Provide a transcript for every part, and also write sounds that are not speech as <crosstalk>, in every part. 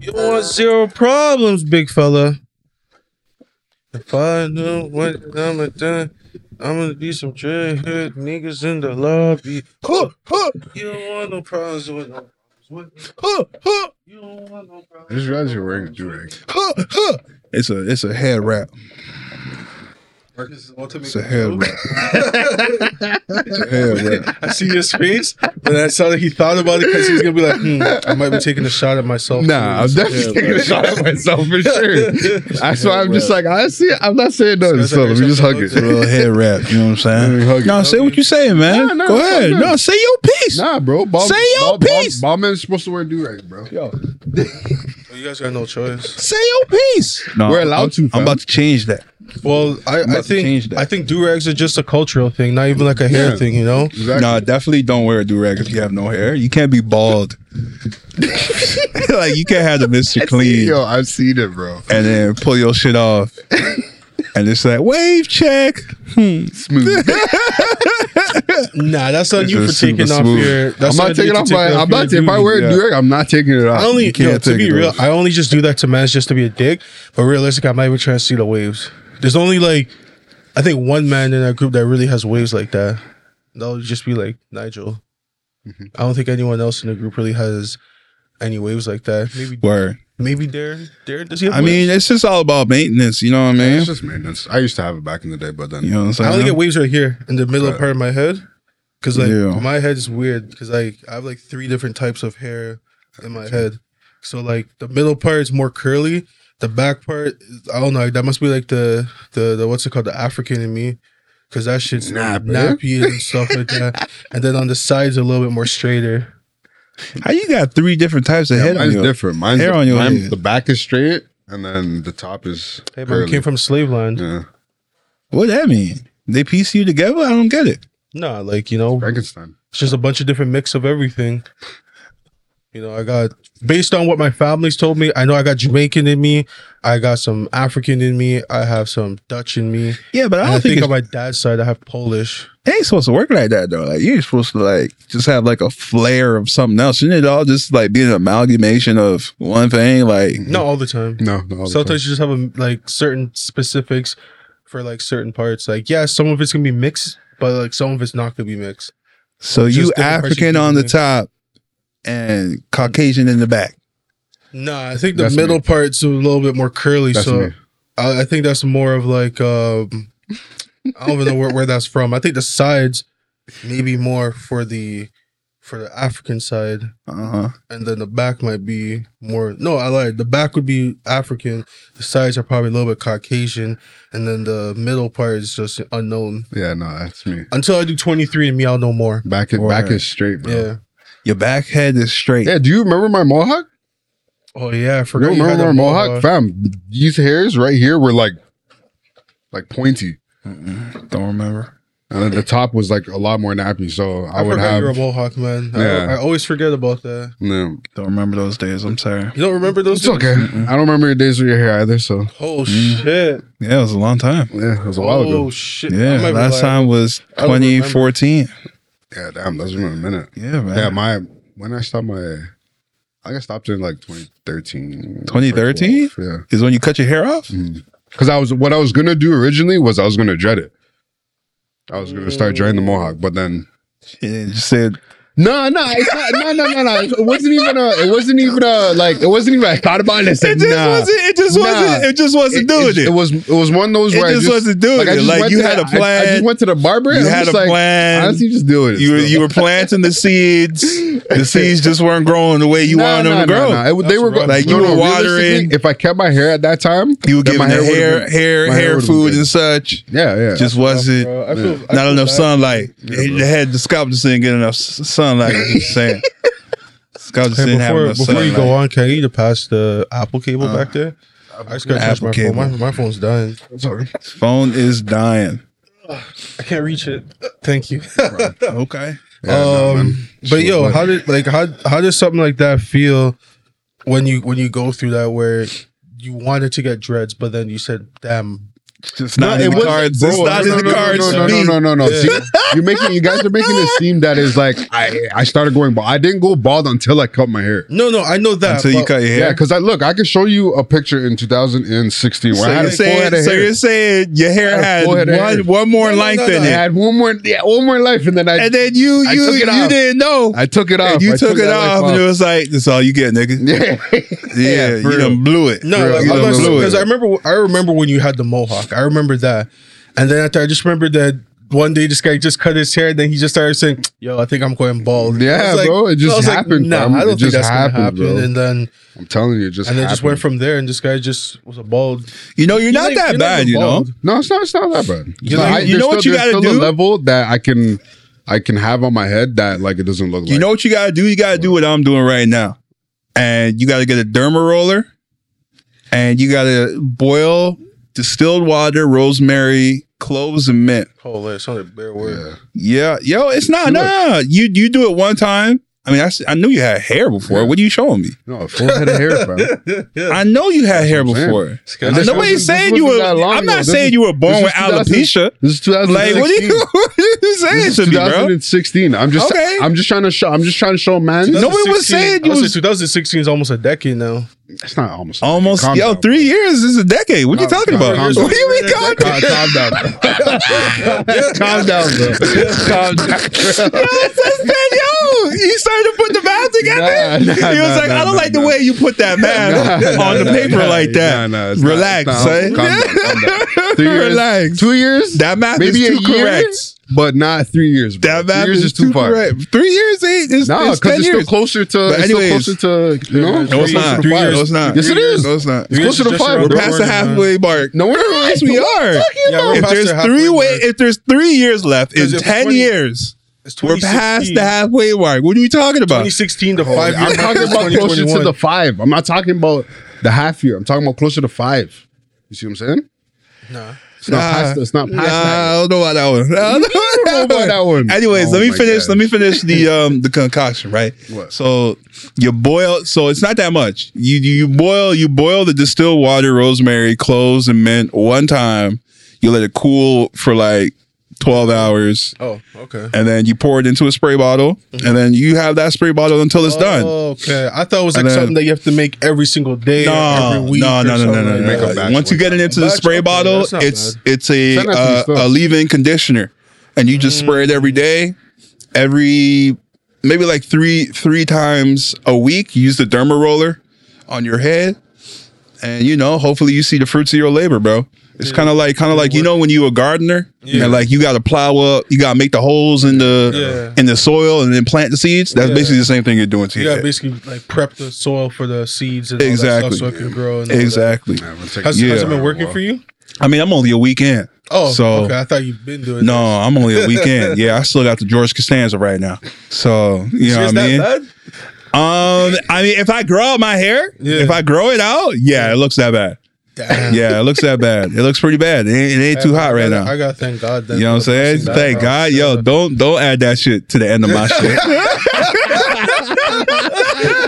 You want zero problems, big fella. If I know what I'm gonna do, I'm gonna be some dreadhead niggas in the lobby. Huh, huh. You don't want no problems with no problems with me. Huh, huh. You don't want no problems. Just realize you're wearing a durag. Huh, huh. It's a it's a head <laughs> wrap. Marcus is ultimate. It's a head wrap. it's a head wrap. <laughs> I see his face, and I saw that he thought about it because he was gonna be like, hmm, I might be taking a shot at myself. Nah, <laughs> I'm definitely taking a shot at myself for <laughs> sure. That's why I'm just like honestly, I'm not saying nothing. Sounds So like let me just hug something it. looks <laughs> Little head wrap, you know what I'm Hug saying? it. No, say what you saying, man. Nah, nah, Go it's all ahead. good. No, say your piece. Nah, bro. Ball, Say your ball, piece. Ball, ball man's supposed to wear durag, bro. Yo, Well, Oh, you guys got no choice. Say your piece. No, We're allowed I'm, to, fam. I'm about to change that. Well, I, I about to change think that. I think do rags are just a cultural thing, not even like a hair Yeah. thing, you know. exactly. No, definitely don't wear a durag if you have no hair. You can't be bald. <laughs> like you can't have the <laughs> Mister Clean Yo, I've seen it, bro. and then pull your shit off, and it's like wave check. Hmm. Smooth. Nah, that's on It's you for just super taking off smooth. your. I'm That's on not you taking to off take my. I'm not. your If I duty. wear yeah. a durag, I'm not taking it off. I only You yo, to take be it real, off. I only just do that to man's just to be a dick. But realistic, I might be trying to see the waves. There's only like, I think one man in that group that really has waves like that. That'll just be like Nigel. Mm-hmm. I don't think anyone else in the group really has any waves like that. Maybe Where maybe Darren. Darren does he? Have I mean, it's just all about maintenance. You know what I mean? It's just maintenance. I used to have it back in the day, but then You know what I'm I saying? only Uh-huh. get waves right here in the middle part of my head. Cause like Yeah. my head is weird because like I have like three different types of hair in my head. So like the middle part is more curly. The back part, is- I don't know. That must be like the the, the what's it called, the African in me, because that shit's Nah, bro. nappy and stuff like <laughs> that. And then on the sides a little bit more straighter. How you got three different types of Yeah, head? on mine's you? different. Mine's hair on your mine- head. The back is straight, and then the top is Hey, but curly. we came from slave land. yeah. What that mean? They piece you together? I don't get it. Nah, like you know, Frankenstein. It's just a bunch of different mix of everything. You know, I got based on what my family's told me. I know I got Jamaican in me. I got some African in me. I have some Dutch in me. Yeah, but I And don't I, think, think, it's on my dad's side, I have Polish. it ain't supposed to work like that though. Like you're supposed to like just have like a flare of something else. Shouldn't it all just like be an amalgamation of one thing? Like Not all the time. No, no. all the Sometimes you just have a, like certain specifics for like certain parts. Like, yeah, some of it's gonna be mixed, but like some of it's not gonna be mixed. so Just you different parts you African do on the things. top and Caucasian in the back. Nah, I think the That's middle me. part's a little bit more curly. That's so me. I, I think that's more of like um, I don't even know where, where that's from. I think the sides maybe more for the for the African side, Uh huh. and then the back might be more. No, I lied. The back would be African. The sides are probably a little bit Caucasian, and then the middle part is just unknown. time. Yeah, no, that's me. Until I do twenty three and me, I'll know more. Back is Or- back is straight, bro. Yeah. Yeah. Your back head is straight. Do you remember my mohawk? Oh yeah, I You forgot. don't you had remember a my mohawk? fam? These hairs right here were like, like pointy, Mm-mm. Don't remember. and then the top was like a lot more nappy. So I, I, would forgot have. you're a Mohawk man. I- Yeah. I always forget about that. no, Don't remember those days. I'm sorry. You don't remember those? it's okay. I don't remember your days with your hair either. So Oh Mm. shit! Yeah, it was a long time. yeah, it was a while Oh ago. shit! I Yeah, might be last lying. time was I don't remember. 2014. Yeah, damn, that's been a minute. Yeah, man. Yeah, my when I stopped my, I got stopped in like 2013. 2013? 2012, Yeah. is when you cut your hair off. Because Mm-hmm. I was what I was gonna do originally was I was gonna dread it. I was gonna start dreading the mohawk, but then It just said no, no, it's not, no, no, no, no. It wasn't even a. It wasn't even a like. It wasn't even. I thought about it. And I said, It just nah. wasn't. It just Nah. wasn't. It just It- wasn't doing it. It was. It was one of those It where I just just wasn't doing I it. just Like, went you to had the- a I, I plan. just went to the barber. and You I'm had just a like, plan. Honestly, just do it. you were So- you were planting the seeds. <laughs> The seeds just weren't growing the way you Nah, wanted them nah, to grow. nah, nah. It- they That's were rough. like you were watering. If I kept my hair at that time, You were then my giving the would've hair, been- hair, my hair, would've food been- and such. yeah, yeah. Just wasn't Bro, I feel, I not feel enough bad. sunlight. Yeah, bro. They had the scalp just didn't get enough s- sunlight. I'm just <laughs> saying. Scalp just Hey, didn't have before enough before you go sunlight. on, can I need to pass the Apple cable Uh, back there? I just gotta touch Apple my cable. phone. My, my phone's dying. sorry. Phone is dying. I can't reach it. Thank you. <laughs> Okay. no, man. um, but Shit, yo, man. how did like how how does something like that feel when you when you go through that where you wanted to get dreads, but then you said, "Damn, It's not in it the wasn't- cards. bro, it's not no, in the no, no, cards. No, for no, no, me. no, no, no. See, you're making you guys are making it seem that is like I I started going bald. I didn't go bald until I cut my hair. No, no, I know that. Until you but- cut your Yeah, hair. because I look, I could show you a picture in 2016 where so I had you're a full head saying, of so hair. you're saying your hair I had a had full head one, of hair. one more No, no, length no, no. in I it, had one more, yeah, one more life, and then I and then you I you took it you off. didn't know. I took it off. And you I took, it that life off, and it was like, "That's all you get, nigga." <laughs> yeah, Yeah, for you done blew it. No, Real, like, you I'm don't not know it. because I remember I remember when you had the mohawk. I remember that, and then after I just remember that one day this guy just cut his hair, and then he just started saying, "Yo, I think I'm going bald." Yeah, I was bro, it just I was happened, nah, fam. I It don't think just that's gonna happened, happen. bro. And then I'm telling you, it just and then just went happened. from there, and this guy just was a bald. You know, you're not like- that you're bad. even you know, bald. No, it's not. It's not that bad. You No, know- I- you there's know what still- you there's gotta still do? A level that I can, I can have on my head that like it doesn't look like. you know what you gotta do. You gotta do what I'm doing right now, and you gotta get a derma roller, and you gotta boil distilled water, rosemary, cloves, and mint. Oh, it sounded like bare word. Yeah. Yeah, yo, it's not Do it. nah. You you do it one time. I mean, I, s- I knew you had hair before. Yeah. What are you showing me? No, a full head of hair, <laughs> bro. <laughs> Yeah. I know you had hair what I'm saying. before. And this wasn't- Nobody's this saying you wasn't were. that long I'm ago. not This saying is- you were born this with is 2016. alopecia. This is 2016. Like, what are you, <laughs> what are you saying This to is me, bro? 2016. I'm just, Okay. I'm just trying to show, I'm just trying to show, man. No, one was 2016 saying I you would say was- 2016 is almost a decade now. It's not almost. Almost, Calm yo, down. three years is a decade. What are you Calm- talking calm about? down. What do you mean, calm <laughs> Calm, down? calm down. <laughs> calm down, bro. calm down. Yo, it's just that, yo, he started to put the math together. Nah, nah, he was nah, like, nah, I don't nah, like the nah. way you put that math Nah, on the nah, paper nah, like that. nah, nah, it's not- Relax, it's not- son. calm down, calm <laughs> down. Three years, Relax. Two years? That math Maybe is a too year? correct. but not three years. Bro. That three math years is, too far. Three years ain't it's, No, it's because ten it's still years. closer to. But it's still anyways- closer to. You know, No, it's closer not. to Three five. years- it's not. Yes, it is. No, it's not. It's Three years closer to is just five. around We're bro. past the Don't worry, man. halfway mark. No, we're not. Yes, we are. Yeah, we're If past there's the halfway three way, mark. if there's three years left in Because if ten 20 years, It's we're past 2016. the halfway mark. What are you talking about? 2016 to five. Oh, I'm years talking is about closer to 2021. the five. I'm not talking about the half year. I'm talking about closer to five. You see what I'm saying? Nah. It's not past. It's not past. Nah, that. I don't know about that one. <laughs> I don't know know about that one. Anyways, Oh let me my finish. gosh. Let me finish <laughs> the um the concoction, right? What? So you boil. So it's not that much. You you boil. You boil the distilled water, rosemary, cloves, and mint one time. You let it cool for like twelve hours, Oh, okay. and then you pour it into a spray bottle, Mm-hmm. and then you have that spray bottle until Oh, it's done. Oh, Okay, I thought it was like And then- something that you have to make every single day, No, or every week. no, or no, no, no, something no, like no, Make that. a no. batch Once you one get it time. into the Batch, spray okay, bottle, that's not it's it's a Send that to me uh, a still. leave-in conditioner, and you just spray it every Mm. day, every maybe like three three times a week. You use the derma roller on your head, and you know, hopefully, you see the fruits of your labor, bro. It's kind of like kind of like you know when you a gardener Yeah. and like you got to plow up, you got to make the holes in the Yeah. in the soil and then plant the seeds. That's Yeah. basically the same thing you're doing to You your gotta head. basically like prep the soil for the seeds and all that Exactly. stuff so it can grow. And all that. Exactly. Nah, we'll take Has, it. has Yeah. it been working for you? I mean, I'm only a weekend. Oh, So- okay. I thought you've been doing. No, I'm only <laughs> a weekend. yeah, I still got the George Costanza right now. So you know what I mean. That bad? Um, I mean, if I grow out my hair, Yeah. if I grow it out, yeah, it looks that bad. Damn. Yeah, it looks that bad. It looks pretty bad. It ain't, it ain't too hot right I, now. I gotta thank God. Then You know what I'm for saying? fixing that Thank God, problem. yo, don't don't add that shit to the end of <laughs> my shit.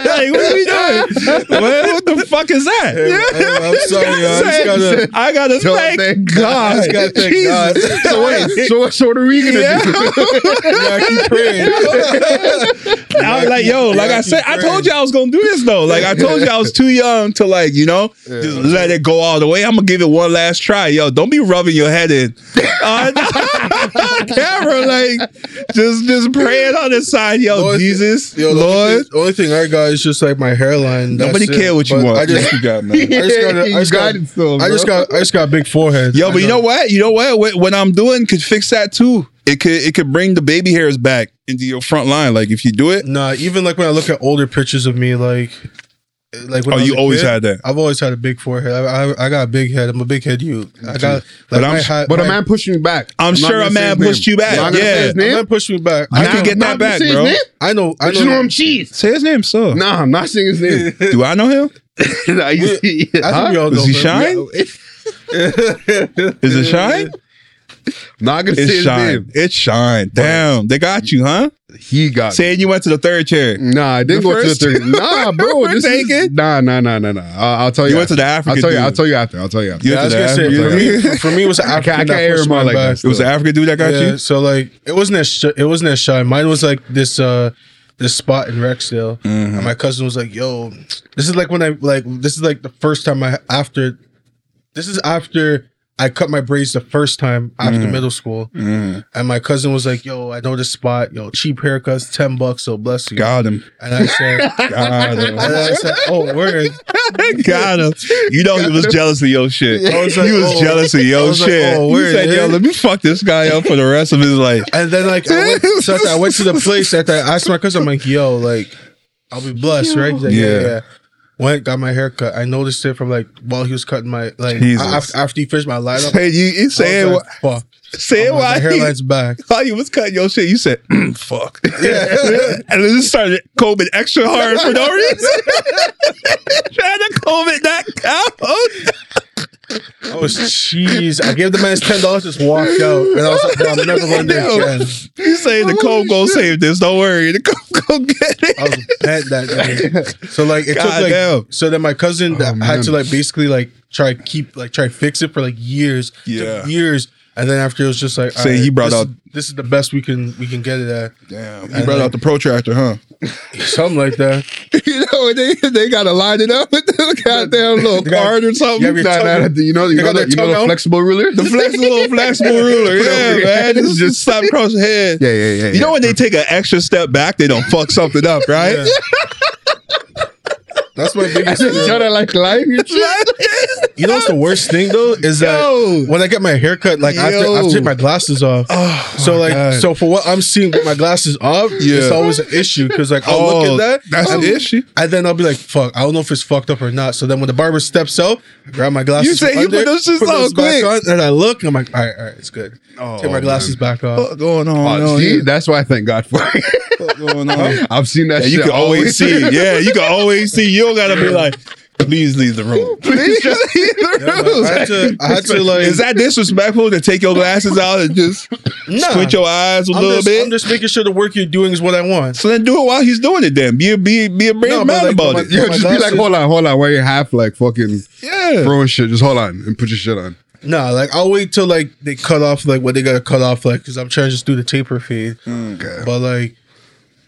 like, what are we doing? What, what the fuck is that? I'm- <laughs> I'm sorry, yo. I just <laughs> gotta- I gotta Don't thank, thank God. God. I just gotta thank Jesus. God. So <laughs> wait, so, so what are we gonna Yeah. do? Yeah, I keep praying. <laughs> I was like, yo, like I said, I told you I was gonna do this though. Like I told you I was too young to like, you know, just let it go all the way. I'm gonna give it one last try. Yo, don't be rubbing your head in <laughs> on camera, like just just praying on the side, yo, Lord, Jesus, Yo, the only Lord. thing- the only thing I got is just like my hairline. That's Nobody it. care what you But want. I just, <laughs> you got, man. <laughs> I just gotta- I You just got gotta- it still, I just bro. got, I just got a big forehead. Yo, I but you know what? You know what? What, what I'm doing could fix that too. It could it could bring the baby hairs back into your front line. Like if you do it, Nah, even like when I look at older pictures of me, like, like when Oh, I was you a always kid, had that. I've always had a big forehead. I, I, I got a big head. I'm a big head. You, I got. Like, But I'm- But a man pushed me back. I'm not sure gonna a say man his name. pushed you back. I'm not gonna Yeah. say his A man name. pushed me back. you I can know, get that not gonna back, say his bro. name. I know. I But know. you know I'm cheese. Say his name, so. Nah, I'm not saying his <laughs> name. Do I know him? Nah, you see- I think we Huh? all know. Is he but- <laughs> shine? Is it shine? Not gonna say It's his shine. name. It's shine. Damn, they got you, huh? He got. Saying you went to the third chair. Nah, I didn't The go first- to the <laughs> third. Nah, bro, We're this is, taking- nah, nah, nah, nah, nah. I'll, I'll tell you. You went to the I'll African. tell you. dude. I'll tell you after. I'll tell you after. You Yeah, I was went to gonna the say for African dude. me, for me it was <laughs> I can't- I African can't hear pushed him out my like back. that. It was an African dude that got Yeah, you. so like it wasn't as sh- it wasn't as shy. Mine was like this uh this spot in Rexdale, Mm-hmm. and my cousin was like, "Yo, this is like when I like this is like the first time I after this is after." I cut my braids the first time after Mm-hmm. middle school, and my cousin was like, "Yo, I know this spot. Yo, cheap haircuts, ten bucks. So bless you." Got him. And I said, <laughs> Got him. and I said, "Oh, word." Got him. You know he was jealous of your shit. I was like, he was oh. jealous of your I was like, shit. oh, you word, said, "Yo, eh?" let me fuck this guy up for the rest of <laughs> his life." And then like I went, so after I went to the place after I asked my cousin, I'm like, yo, like I'll be blessed, right? He's like, yeah. Yeah. yeah, Went, got my haircut. I noticed it from like while he was cutting my like Jesus. after, after he finished my line up. Say you, you say I it. was like, fuck. Say I'm it. like, Why the he, hairline's back. why he was cutting your shit? You said, mm, "Fuck," <laughs> and then just started combing extra hard for <laughs> no reason. Trying to comb it that out. I was jeez. I gave the man his ten dollars, just walked out, and I was like, bro, I'm never going <laughs> there again. You say the comb gonna save this. Don't worry, the comb gonna get it. I was bent that day. So like it God took like damn. so then my cousin that man. had to like basically like try to keep like try to fix it for like years. It took Yeah. years. And then after it was just like Say he alright, brought this out- is, this is the best we can we can get it at. Damn, you brought out the protractor, huh? Something like that. <laughs> you know, they they gotta line it up <laughs> with the goddamn little They got- card or something. you have your nah, tongue- nah, you know, you they know, got the, their you know tongue the out. flexible ruler. The flex, little flexible <laughs> ruler, Put it over yeah, man. here. Just, just slap across the head. <laughs> yeah, yeah, yeah. You know when they take an extra step back, they don't fuck something up, right? Yeah. <laughs> That's my <laughs> biggest yeah. fear. trying to like line <laughs> your shit. You know what's the worst thing though? Is that Yo. when I get my haircut, like after Yo. I take my glasses off. so like so for what I'm seeing with my glasses off, Oh Yeah. it's always an issue. Cause like I'll look Oh, at that. that's and- an issue. And then I'll be like, fuck, I don't know if it's fucked up or not. So then when the barber steps out, I grab my glasses. You say from he put those shits on quick. back on, and I look, and I'm like, all right, all right, it's good. take my glasses back off. What's going on? Oh, on see, here? that's why I thank God for it. <laughs> What's going <laughs> on? Yeah, I've seen that. you shit can always <laughs> see. Yeah, you can always see. You don't gotta be like, please leave the room. Please just leave the room. I <laughs> had to, I had to like, Is that disrespectful to take your glasses out and just Nah. squint your eyes a I'm little just, bit? I'm just making sure the work you're doing is what I want. so then do it while he's doing it. Then be a be a- be a brave No, but man like, about but it. my- <laughs> Yo, just be like, glasses. hold on, hold on, where you half like fucking yeah. throwing shit. Just hold on and put your shit on. Nah, like I'll wait till like they cut off like what they gotta cut off like because I'm trying to just do the taper fade. Mm. Okay. But like,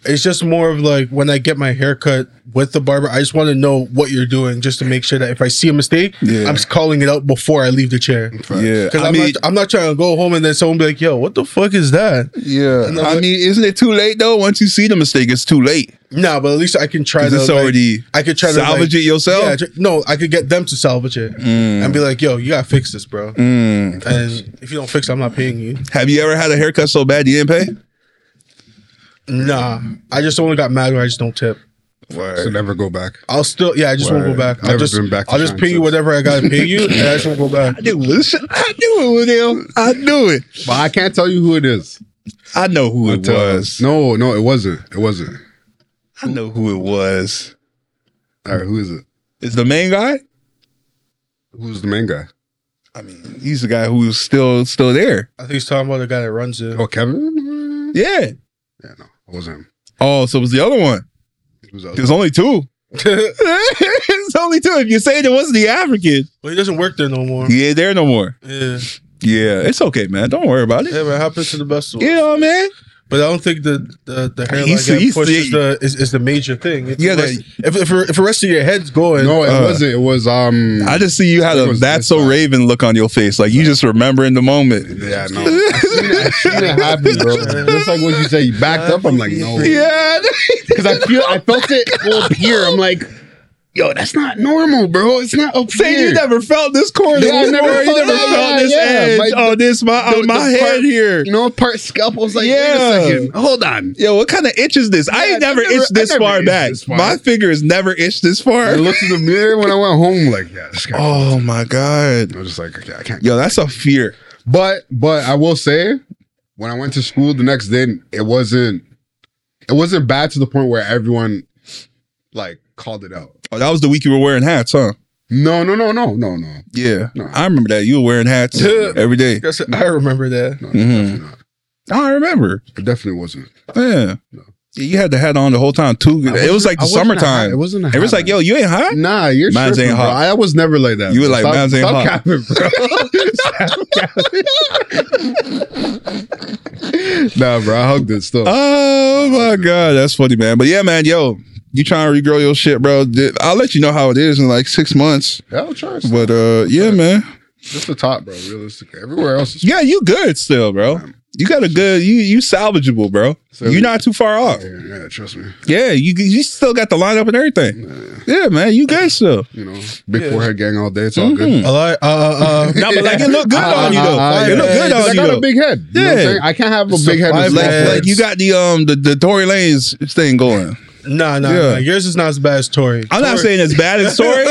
it's just more of like when I get my haircut with the barber, I just want to know what you're doing just to make sure that if I see a mistake, Yeah. I'm just calling it out before I leave the chair. Yeah, Because I I'm, mean, not, I'm not trying to go home and then someone be like, yo, what the fuck is that? Yeah. And I'm I like, mean, isn't it too late though? Once you see the mistake, it's too late. nah, but at least I can try 'Cause to. it's like- already I could try to. salvage like- it yourself? Yeah, ju- no, I could get them to salvage it and be like, yo, you gotta fix this, bro. Mm. And if you don't fix it, I'm not paying you. Have you ever had a haircut so bad you didn't pay? Nah, I just only got mad when I just don't tip. So never go back. I'll still, yeah, I just won't Word. go back. I'll Never just, been back to I'll just China pay you since. whatever I gotta pay you, and I just won't go <laughs> back. Dude, listen, I knew it, Liddell. I knew it. But I can't tell you who it is. I know who it Until- was. No, no, it wasn't. It wasn't. I know who it was. All right, who is it? Is the main guy? Who's the main guy? I mean, he's the guy who's still still there. I think he's talking about the guy that runs it. Oh, Kevin? Yeah. Yeah, no, it wasn't him. Oh, so it was the other one. It was the other- There's only two. <laughs> There's only two. If you're saying it wasn't the African, <laughs> Well, he doesn't work there no more. he ain't there no more. Yeah, Yeah, it's okay, man. Don't worry about yeah, it. but it happens to the best of us. You know, man. But I don't think the the, the hairline He's- getting he's pushed the- is the is, is the major thing. It's Yeah, the that- rest- if if the- if the rest of your head's going, No, it Uh, wasn't. It was um. I just see you had It a was that's this so guy. Raven look on your face. Like you just remember in the moment. yeah, <laughs> no. I seen it, I seen it happen, bro. Just like what you said, you backed up. I'm like, no, Yeah. <laughs> because I feel I felt <laughs> it up here. I'm like, yo, that's not normal, bro. It's not up Say here. you never felt this corner. Yeah, I before. never you felt never that. felt this Yeah, edge. like oh, this my on the- my the head part- here. you know, part scalp. I was like, Yeah. wait a second, hold on. Yo, what kind of itch is this? I Yeah, ain't never, I never- itched I this never far itched back. this far. My finger is never itched this I far. looked in the mirror when I went home, like, yeah, this guy. Oh my god. I was just like, okay, I can't. Yo, that's a fear. But but I will say, when I went to school the next day, it wasn't it wasn't bad to the point where everyone like called it out. Oh, that was the week you were wearing hats, huh? No, no, no, no, no, no. Yeah. No. I remember that you were wearing hats every day. That's- I remember that. No, Mhm. definitely not. I remember. It definitely wasn't. Yeah. No. You had the hat on the whole time too. I It was wasn't- like the I wasn't a hot- summertime. It wasn't. A It was hot like, man. yo, you ain't hot. <laughs> Nah, you're Mines tripping, ain't bro. hot. I was never like that. You were bro. like, Stop- mines ain't stop hot. Capping, bro. Stop <laughs> capping. nah, bro, I hugged it still. Oh my god, that's funny, man. But yeah, man, yo, you trying to regrow your shit, bro? Di- I'll let you know how it is in like six months. yeah, I'll try. But But uh, yeah, man, just the top, bro. Realistic. Everywhere else is <laughs> yeah, you good still, bro. You got a good, you you salvageable, bro. So- You're not too far off. yeah, yeah, trust me. Yeah, you you still got the lineup and everything. Yeah, man, you good <laughs> still. You know, big forehead gang all day. It's all good. <laughs> I like, uh, uh, uh. Nah, but like it look good on Mm-hmm. you though. uh, it look yeah, good I on you got though. a big head. You know what I'm Yeah. saying? I can't have a It's big a head. with five small Like, heads. head. like you got the um the the Tory Lane's thing going. <laughs> Nah, nah, Yeah. nah. Yours is not as bad as Tori. I'm not saying it's bad as <laughs> Tory.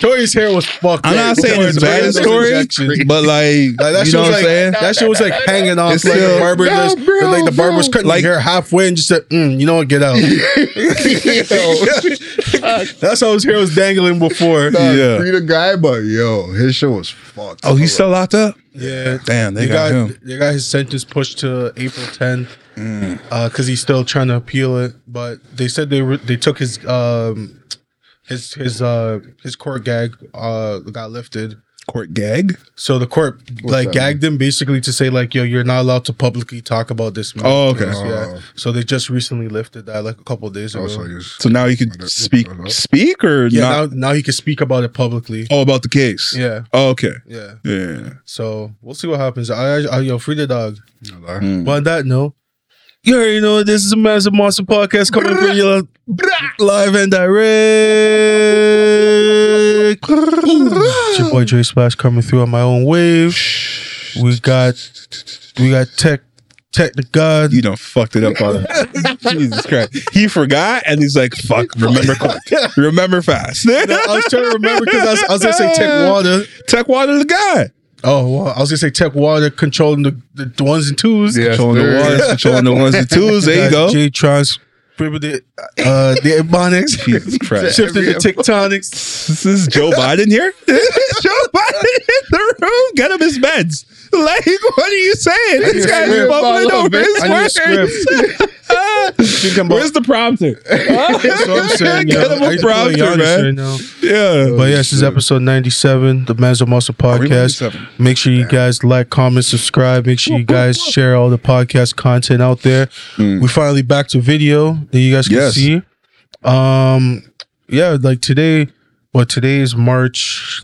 Tori's hair was fucked. I'm not up. saying Tori's it's bad hair as was Tory, injections. but like, Like that you shit know was what I'm like saying? that shit was like hanging off It's like still- the barber No, just bro, like the barber was bro. cutting like, Like- hair halfway and just said, mm, you know what, get out. <laughs> <laughs> That's how his hair was dangling before. Nah, Yeah. free the guy, but yo, his shit was fucked. Oh, he's still locked up. Yeah. Damn, they They got, got, him. Mm. they got his sentence pushed to April 10th because he's still trying to appeal it. But they said they re- they took his um his his uh his court gag uh got lifted. Court gag. So the court like that gagged him basically to say like yo you're not allowed to publicly talk about this. man. Oh, okay. Yeah. So they just recently lifted that like a couple days ago. Oh, so he's- So now he could speak, speak or yeah. not? Now now he can speak about it publicly. oh, about the case. Yeah. Oh, okay. Yeah. Yeah. So we'll see what happens. I, I, I yo free the dog. No lie. Mm. But on that note, you already know this is a Massive Monster podcast coming for you live and direct. it's your boy Dre Splash coming through on my own wave. We got we got tech tech the god. You done fucked it up on <laughs> Jesus Christ. He forgot and he's like, fuck, <laughs> remember quick. Remember fast. <laughs> <laughs> I was trying to remember because I, was- I was gonna say Tech Water. Tech Water the guy. Oh, well, I was gonna say Tech Water controlling the, the, ones and twos. Yes, Showing the sir. <laughs> ones, showing the ones and twos. There you go. J Trans, the uh, the Ebonics, <laughs> Jesus Christ. shifting the <laughs> tectonics. This is Joe Biden here. Is <laughs> Joe Biden in the room. Get him his meds. Like, what are you saying? This a guy's script. bubbling Follow, over man. his I need a words. Think about- Where's the <laughs> prompter? That's what I'm saying, yo. Get him I a used to play prompter, Giannis man. right now. Yeah. Oh, But yeah, this is episode 97, the Manzo Muscle we Podcast. 97? Make sure you guys like, comment, subscribe. Make sure you guys share all the podcast content out there. We finally back to video that you guys can Mm. Yes. see. Um, yeah, like today, well, today is March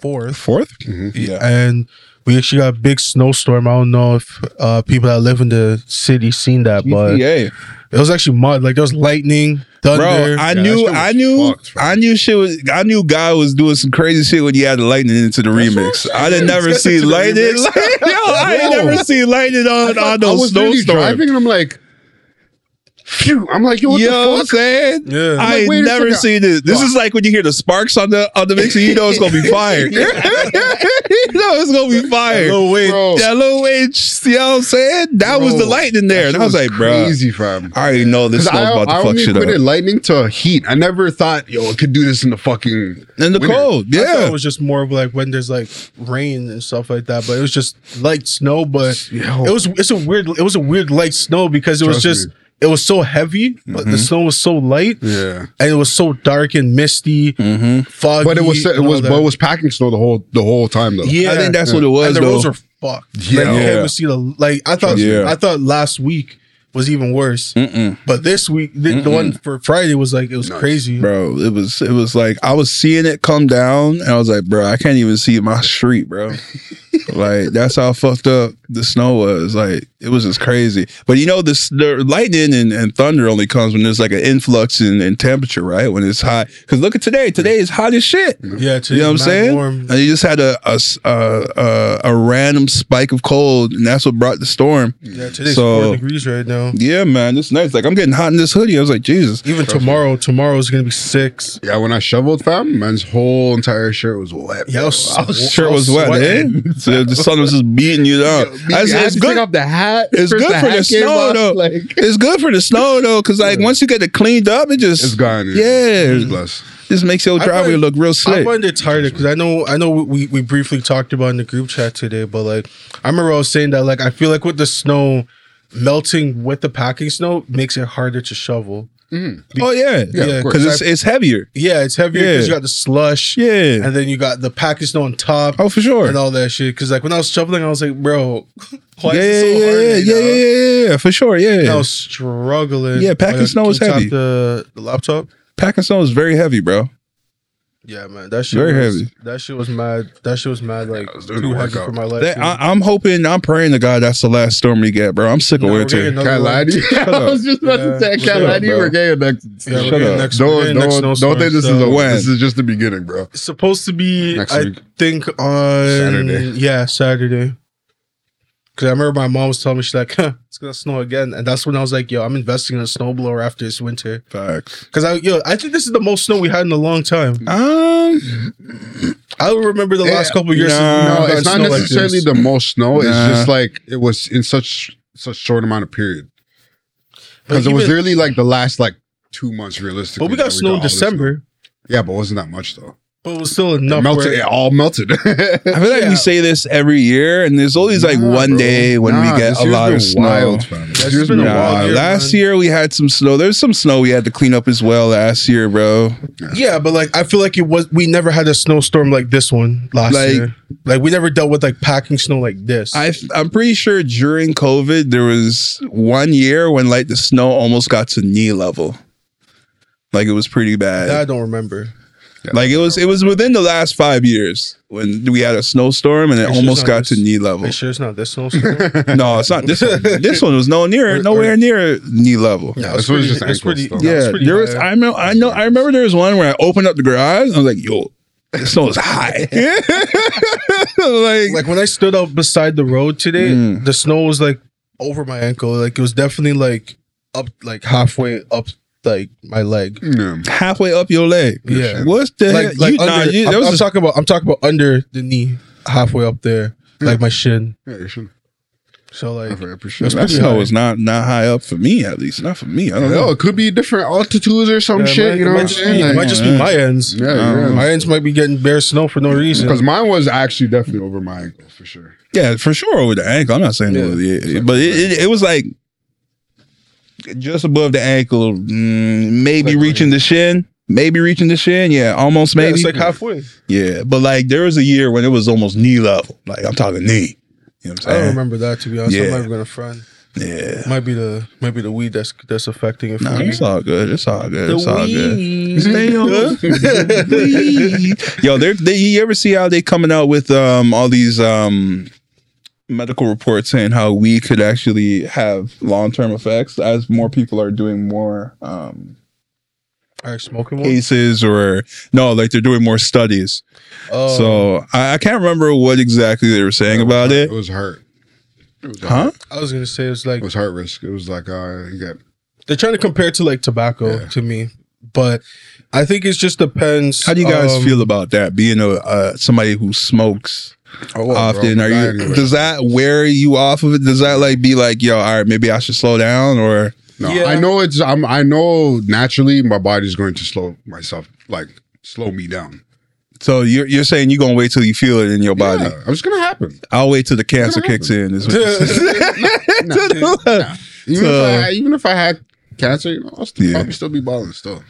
4th. Fourth? Mm-hmm. And we actually got a big snowstorm. I don't know if uh, people that live in the city seen that, but it GTA. was actually mud. Like there was lightning, thunder. Bro, I Yeah, that knew shit was I knew fucked, bro. I knew shit was I knew guy was doing some crazy shit when he had the lightning into the remix. I didn't never Let's see get into the lightning. remix. <laughs> yo, I ain't Bro. never seen lightning on, on I those was literally snowstorms. driving and I'm like, phew. I'm like, yo, what you know what I'm the fuck? saying? Yeah. I like, ain't wait a never second. seen this. This is like when you hear the sparks on the on the mix and you know it's gonna be <laughs> fire. <laughs> you know it's gonna be fire. No way. Bro, That little witch, you know what I'm saying? That was Bro, the lightning there. that And shit I was like, bro, crazy, fam. I already know this 'Cause snow's I, about I to fuck only shit equated up. lightning to heat. I never thought, yo, it could do this in the fucking And the winter. cold, I thought yeah. it was just more of like when there's like rain and stuff like that, but it was just light snow. But Yo. it was it's a weird it was a weird light snow because it was Trust just it was so heavy, but the snow was so light Yeah, and it was so dark and misty, foggy. but it was it and all was that. but it was packing snow the whole the whole time though. yeah. I think that's what it was, And the roads though. were fucked. Yeah. like, you Yeah. can't even see the like. I thought Yeah. I thought last week was even worse, but this week the, the one for Friday was like it was crazy. Bro, it was it was like I was seeing it come down and I was like, bro, I can't even see my <laughs> street, bro. like that's how fucked up the snow was. Like it was just crazy. But you know, this the lightning and, and thunder only comes when there's like an influx in, in temperature, right? When it's hot. Cause look at today. Today is hot as shit. Yeah, Mm-hmm. today You know what I'm was mad saying? Warm. And you just had a a, s- a- a- a random spike of cold, and that's what brought the storm. Yeah, today's So- four degrees right now. Yeah, man, it's nice. Like I'm getting hot in this hoodie. I was like, Jesus. Even tomorrow, tomorrow's gonna be six. Yeah, when I shoveled, fam, man's whole entire shirt was wet. Yeah, I bro. was I was sw- Shirt I was wet, eh? sweating. So the sun was just beating you down. I, That's- had it's to good. take off the hat. It's First good for the hat came snow, off, though. Like, <laughs> <laughs> It's good for the snow though, because like once you get it cleaned up, it just it's gone. Yeah, it's blessed. This makes your I driveway find- look real I slick. find it harder because I know I know we, we briefly talked about in the group chat today, but like I remember I was saying that like I feel like with the snow melting with the packing snow makes it harder to shovel. oh yeah, of yeah, course. because it's it's heavier. Yeah, it's heavier Yeah. because you got the slush, Yeah. and then you got the packing snow on top. Oh for sure. And all that shit, because like when I was shoveling, I was like, "Bro, <laughs> why yeah, is it so hard?" yeah, you yeah, know? yeah, yeah, yeah, for sure. Yeah, I was struggling. Yeah, packing Like, snow can is you tap heavy. The, the laptop. packing snow is very heavy, bro. Yeah, man, that shit Very was, heavy. That shit was mad. That shit was mad. Like I was doing too the heavy workout. for my life. That, dude. I, I'm hoping, I'm praying to God that's the last storm we get, bro. I'm sick of No, we're winter. getting Can I Another lie to you? <laughs> I up. was just about Yeah. to say, Shut can I lie up, to you? bro. We're getting next. Yeah, we're Shut getting up. next- we're Don't, getting next don't, don't snowstorm, think this so- is over. When? This is just the beginning, bro. It's supposed to be, Next I week. think, on Saturday. Yeah, Saturday. Because I remember my mom was telling me she's like, <laughs> huh, it's gonna snow again, and that's when I was like, yo, I'm investing in a snowblower after this winter. Facts. Because I, yo, I think this is the most snow we had in a long time. Um, I don't remember the Yeah. last couple of years. Nah. since we've No, gotten it's not snow like necessarily this. the most snow. Nah. It's just like it was in such such short amount of period But because it was even- literally like the last like two months realistically. But we that got snow all in this December, snow. Yeah, but it wasn't that much though. but it was still It enough. melted. where- It all melted. <laughs> I feel like Yeah. we say this every year, and there's always like Nah, one bro. day when Nah, we get this a year's lot been of snow. wild, fam. This It's year's been a wild. wild Nah, year, last man. year we had some snow. There's some snow we had to clean up as well last year, bro. Yeah, but like I feel like it was we never had a snowstorm like this one last Like- year. Like we never dealt with like packing snow like this. I I'm pretty sure during COVID there was one year when like the snow almost got to knee level. Like it was pretty bad. that I don't remember. like it was it was within the last five years when we had a snowstorm and it It's just almost not got this- to knee level. Make sure it's not this <laughs> snowstorm. <laughs> No, it's not this one. <laughs> This one was no near Or- nowhere near knee level. No, this one's just ankle stuff. no, Yeah, it's Oh, pretty there was. high. I know. I know. I remember there was one where I opened up the garage. And I was like, "Yo, this snow is <laughs> high." <laughs> like, like when I stood out beside the road today, Mm. the snow was like over my ankle. Like it was definitely like up, like halfway up, like my leg. Yeah. halfway up your leg. Yeah. What's the Like, heck? like you, nah, under, you, I'm, there I'm was a, talking about. I'm talking about under the knee, halfway up there, like my shin. Yeah, you should. So I like, appreciate That's that that. pretty snow high. was not not high up for me at least. Not for me. I don't No, know. it could be different altitudes or some yeah, it shit. might- you it know might what I'm just be- saying? it Like, might just be my ends. yeah, yeah. My ends might be getting bare snow for no reason. Because mine was actually definitely over my ankle for sure. Yeah, for sure over the ankle. I'm not saying it was, yeah, but it, it, it was like just above the ankle, mm, maybe Like, reaching the shin. Maybe reaching the shin, yeah, almost Yeah, maybe. it's like halfway. Yeah, but like there was a year when it was almost knee level. Like I'm talking knee. You know what I don't I'm saying? remember that to be honest. Yeah. I'm not even gonna front. Yeah. Might be the might be the weed that's that's affecting it. for No, me. it's all good. It's all good. It's all good. The weed. <laughs> Yo, they're, they you ever see how they coming out with um all these um medical reports saying how we could actually have long term effects as more people are doing more um Are you smoking one? cases or no, like they're doing more studies. Oh, So I, I can't remember what exactly they were saying about it. It was hurt. It was a Huh? hurt- I was gonna say it's like It was heart risk. It was like uh, you got they're trying to compare it to like tobacco Yeah. to me, but I think it just depends. How do you guys um, feel about that? Being a uh, somebody who smokes oh, well, often, bro, are die you? anyway. Does that wear you off of it? Does that like be like, yo, all right, maybe I should slow down? Or No, Yeah. I know it's. I'm. I know naturally my body's going to slow myself, like slow me down. so you're you're saying you're gonna wait till you feel it in your body? Yeah, it's gonna happen. I'll wait till the cancer Gonna kicks in. Is what you're saying. <laughs> Nah, <laughs> nah. Even if I even if I had cancer, you know, I'll still, Yeah. probably still be balling still.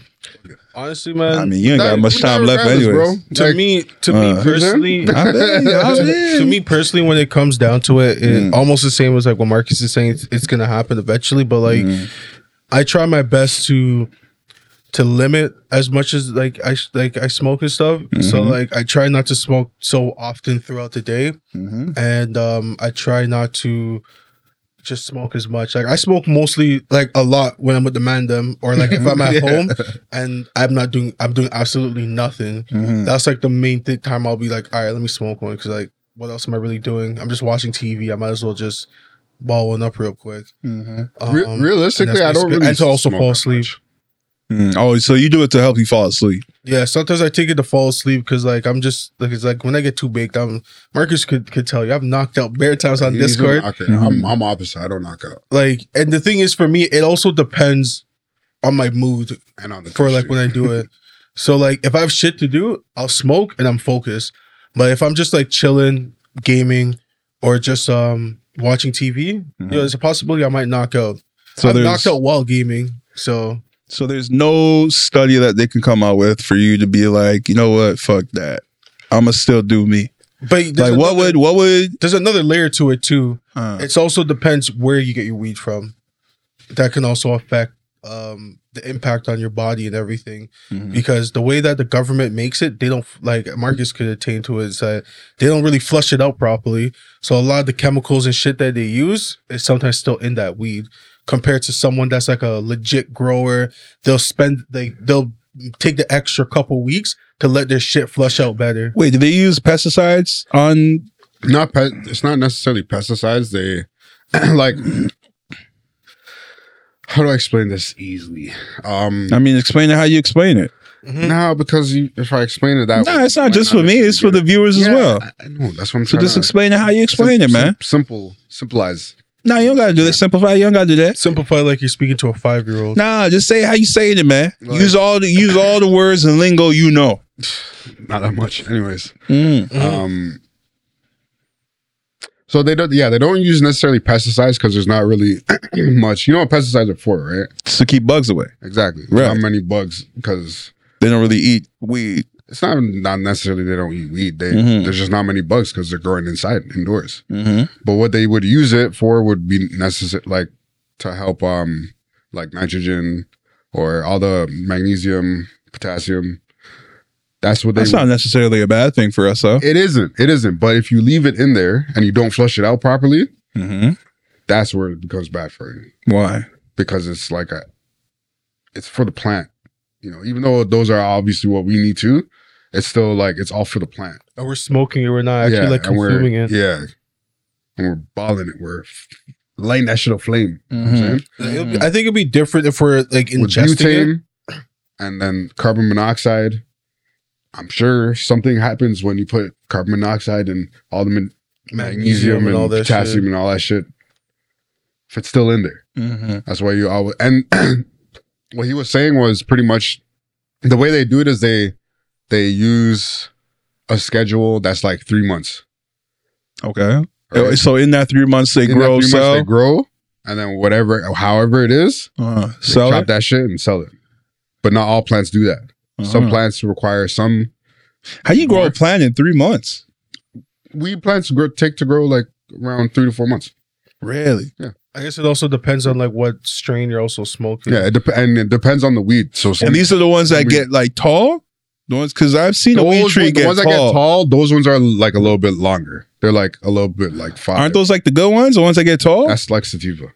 Honestly, man. I mean, you ain't Nah, got much we time die left, regardless, anyways. to Like, me, to uh, me personally, I bet, I Oh, bet. to me personally, when it comes down to it, it almost the same as like what Marcus is saying. It's, it's gonna happen eventually, but like Mm. I try my best to to limit as much as like I sh- like I smoke and stuff. So like I try not to smoke so often throughout the day, Mm-hmm, and um I try not to just smoke as much. Like I smoke mostly like a lot when I'm with the man them or like if I'm at home and I'm not doing I'm doing absolutely nothing. mm-hmm, That's like the main th- time I'll be like, all right, let me smoke one because like what else am I really doing? I'm just watching TV. I might as well just ball one up real quick. mm-hmm. Um, <laughs> re- and realistically, that's I don't basically- really and to also smoke fall that asleep. much. Mm. Oh, so you do it to help you fall asleep? Yeah, sometimes I take it to fall asleep because like I'm just like it's like when I get too baked, I'm Marcus could could tell you I've knocked out bare times on He's a Discord. knocker. Mm-hmm. I'm, I'm opposite. I don't knock out. Like, and the thing is for me, it also depends on my mood And on the for like when I do it. <laughs> So like if I have shit to do, I'll smoke and I'm focused. But if I'm just like chilling, gaming, or just um watching TV, you know, there's a possibility I might knock out. Mm-hmm. So I've there's knocked out while gaming. So so there's no study that they can come out with for you to be like, you know what, fuck that. I'ma still do me. but there's like what another- would what would there's another layer to it too. uh, It's also depends where you get your weed from. That can also affect um, the impact on your body and everything. Mhm. Mm-hmm. Because the way that the government makes it, they don't like Marcus could attain to it, is that they don't really flush it out properly. So a lot of the chemicals and shit that they use is sometimes still in that weed. Compared to someone that's like a legit grower, they'll spend like they'll take the extra couple weeks to let their shit flush out better. wait, do they use pesticides on not pe- it's not necessarily pesticides they <clears throat> like how do i explain this easily um I mean explain it how you explain it. no because you, if i explain it that No, way, it's you not might just for me, it's for the viewers as Yeah, well. I, I know that's what i'm So trying just to explain it how you sim- explain it, sim- man. simple simplize Nah, you don't gotta do that. Simplify, you don't gotta do that. Simplify like you're speaking to a five year old. Nah, just say how you saying it, man. Right. Use all the use all the words and lingo you know. not that much anyways Mm. Mm-hmm. um so they don't yeah they don't use necessarily pesticides because there's not really <clears throat> much you know what pesticides are for right Just to keep bugs away. exactly Right. not many bugs because They don't really eat weed. it's not not necessarily they don't eat weed. They Mhm. there's just not many bugs because they're growing inside indoors. Mm-hmm. But what they would use it for would be necessary, like to help um like nitrogen or all the magnesium, potassium. That's what they. That's not necessarily a bad thing for us, though. it isn't. It isn't. But if you leave it in there and you don't flush it out properly, Mm-hmm. that's where it becomes bad for you Why? because it's like a, it's for the plant. You know, even though those are obviously what we need to, it's still like it's all for the plant. And we're smoking it, we're not actually like and we're- consuming it. Yeah. And we're balling it. We're f- lighting that shit on flame. You know what I'm Mhm. saying? It'll be- I think it'd be different if we're like With ingesting it. butane and then carbon monoxide. I'm sure something happens when you put carbon monoxide and all the man- magnesium, and, all that potassium and all that shit. If it's still in there. Mm-hmm. That's why you always and <clears throat> what he was saying was pretty much the way they do it is they they use a schedule that's like three months. Okay. right? So in that three months, they In that grow, three months, sell, they grow, and then whatever, however it is, uh, they sell chop it. that shit and sell it. But not all plants do that. Some Uh-huh. plants require some How you grow a plant in three months? weed plants grow, take to grow like around three to four months. Really? I guess it also depends on like what strain you're also smoking. Yeah, it dep- and it depends on the weed. So some, And these are the ones that We- get like tall. The ones because I've seen a weed those tree ones- the get, ones tall. that get tall, those ones are like a little bit longer. They're like a little bit like 5 Aren't those like the good ones? The ones that get Oh. tall? That's like sativa.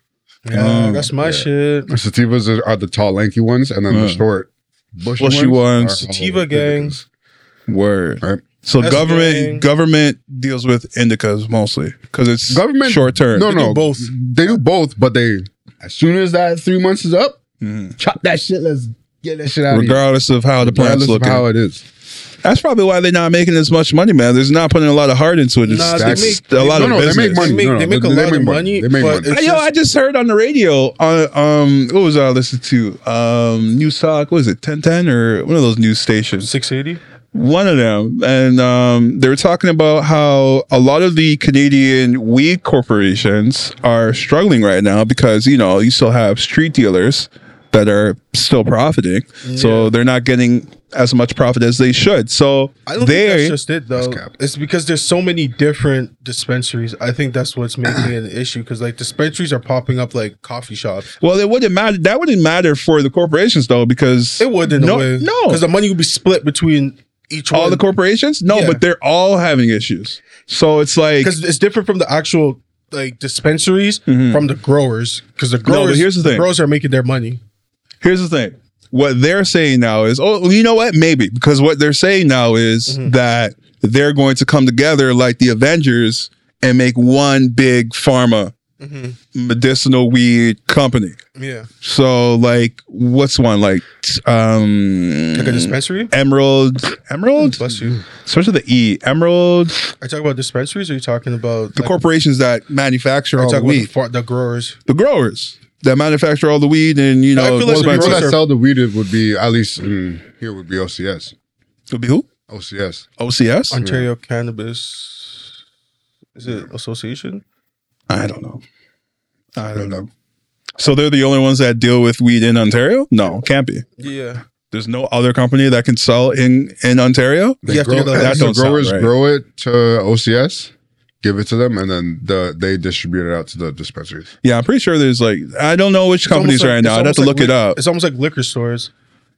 Yeah, Oh, that's my yeah. shit. Sativas are, are the tall, lanky ones, and then the Yeah. short, bushy, Bushy ones. ones. are all Sativa gangs. Word. Right. So That's government gang. government deals with indicas mostly because it's Government- short term. No, They do no, both. They do both, but they as soon as that three months is up, Mhm. chop that shit. Let's get that shit out of Mm-hmm. here. Regardless of how the plant's Regardless of looking, how it is. that's probably why they're not making as much money, man. They're not putting a lot of heart into it. It's Nah, they that's make- a lot no, of no, business. they make money. They make- no, no, they make a lot of money, They make but money. it's- Yo, I just heard on the radio on um what was I listening to? Um News Talk, what was it, ten ten or one of those news stations. Six eighty. One of them. And um they were talking about how a lot of the Canadian weed corporations are struggling right now because, you know, you still have street dealers that are still profiting. So they're not getting as much profit as they should. So I don't think they that's just it though. cap. It's because there's so many different dispensaries. I think that's what's making <clears throat> it an issue because like dispensaries are popping up like coffee shops. well, it wouldn't matter. That wouldn't matter for the corporations though, because It would in no, a way, no, because the money would be split between each all one. the corporations no Yeah. but they're all having issues so it's like because it's different from the actual like dispensaries Mhm. from the growers because the but growers here's the thing. growers are making their money here's the thing what they're saying now is oh you know what maybe because what they're saying now is Mm-hmm. that they're going to come together like the avengers and make one big pharma Mm-hmm. medicinal weed company yeah so like what's one like t- um like a dispensary emerald emerald bless you starts with the e emerald are you talking about dispensaries or are you talking about the like, corporations that manufacture are you all the talking about the, weed far, the growers the growers that manufacture all the weed and you I know feel like goes the back people Bro, to- that sir. sell the weed it would be at least in here would be OCS. Could be who? OCS. OCS? Ontario Cannabis is it association? I don't know. I don't know. So they're the only ones that deal with weed in Ontario? No, can't be. Yeah. There's no other company that can sell in in Ontario. You have to grow, get the- That the don't sound growers right. grow it to OCS, give it to them, and then the they distribute it out to the dispensaries. Yeah, I'm pretty sure there's like I don't know which companies It's almost like- right now. it's I'd have almost to like look it lic- up. Mm-hmm. It's almost like liquor stores.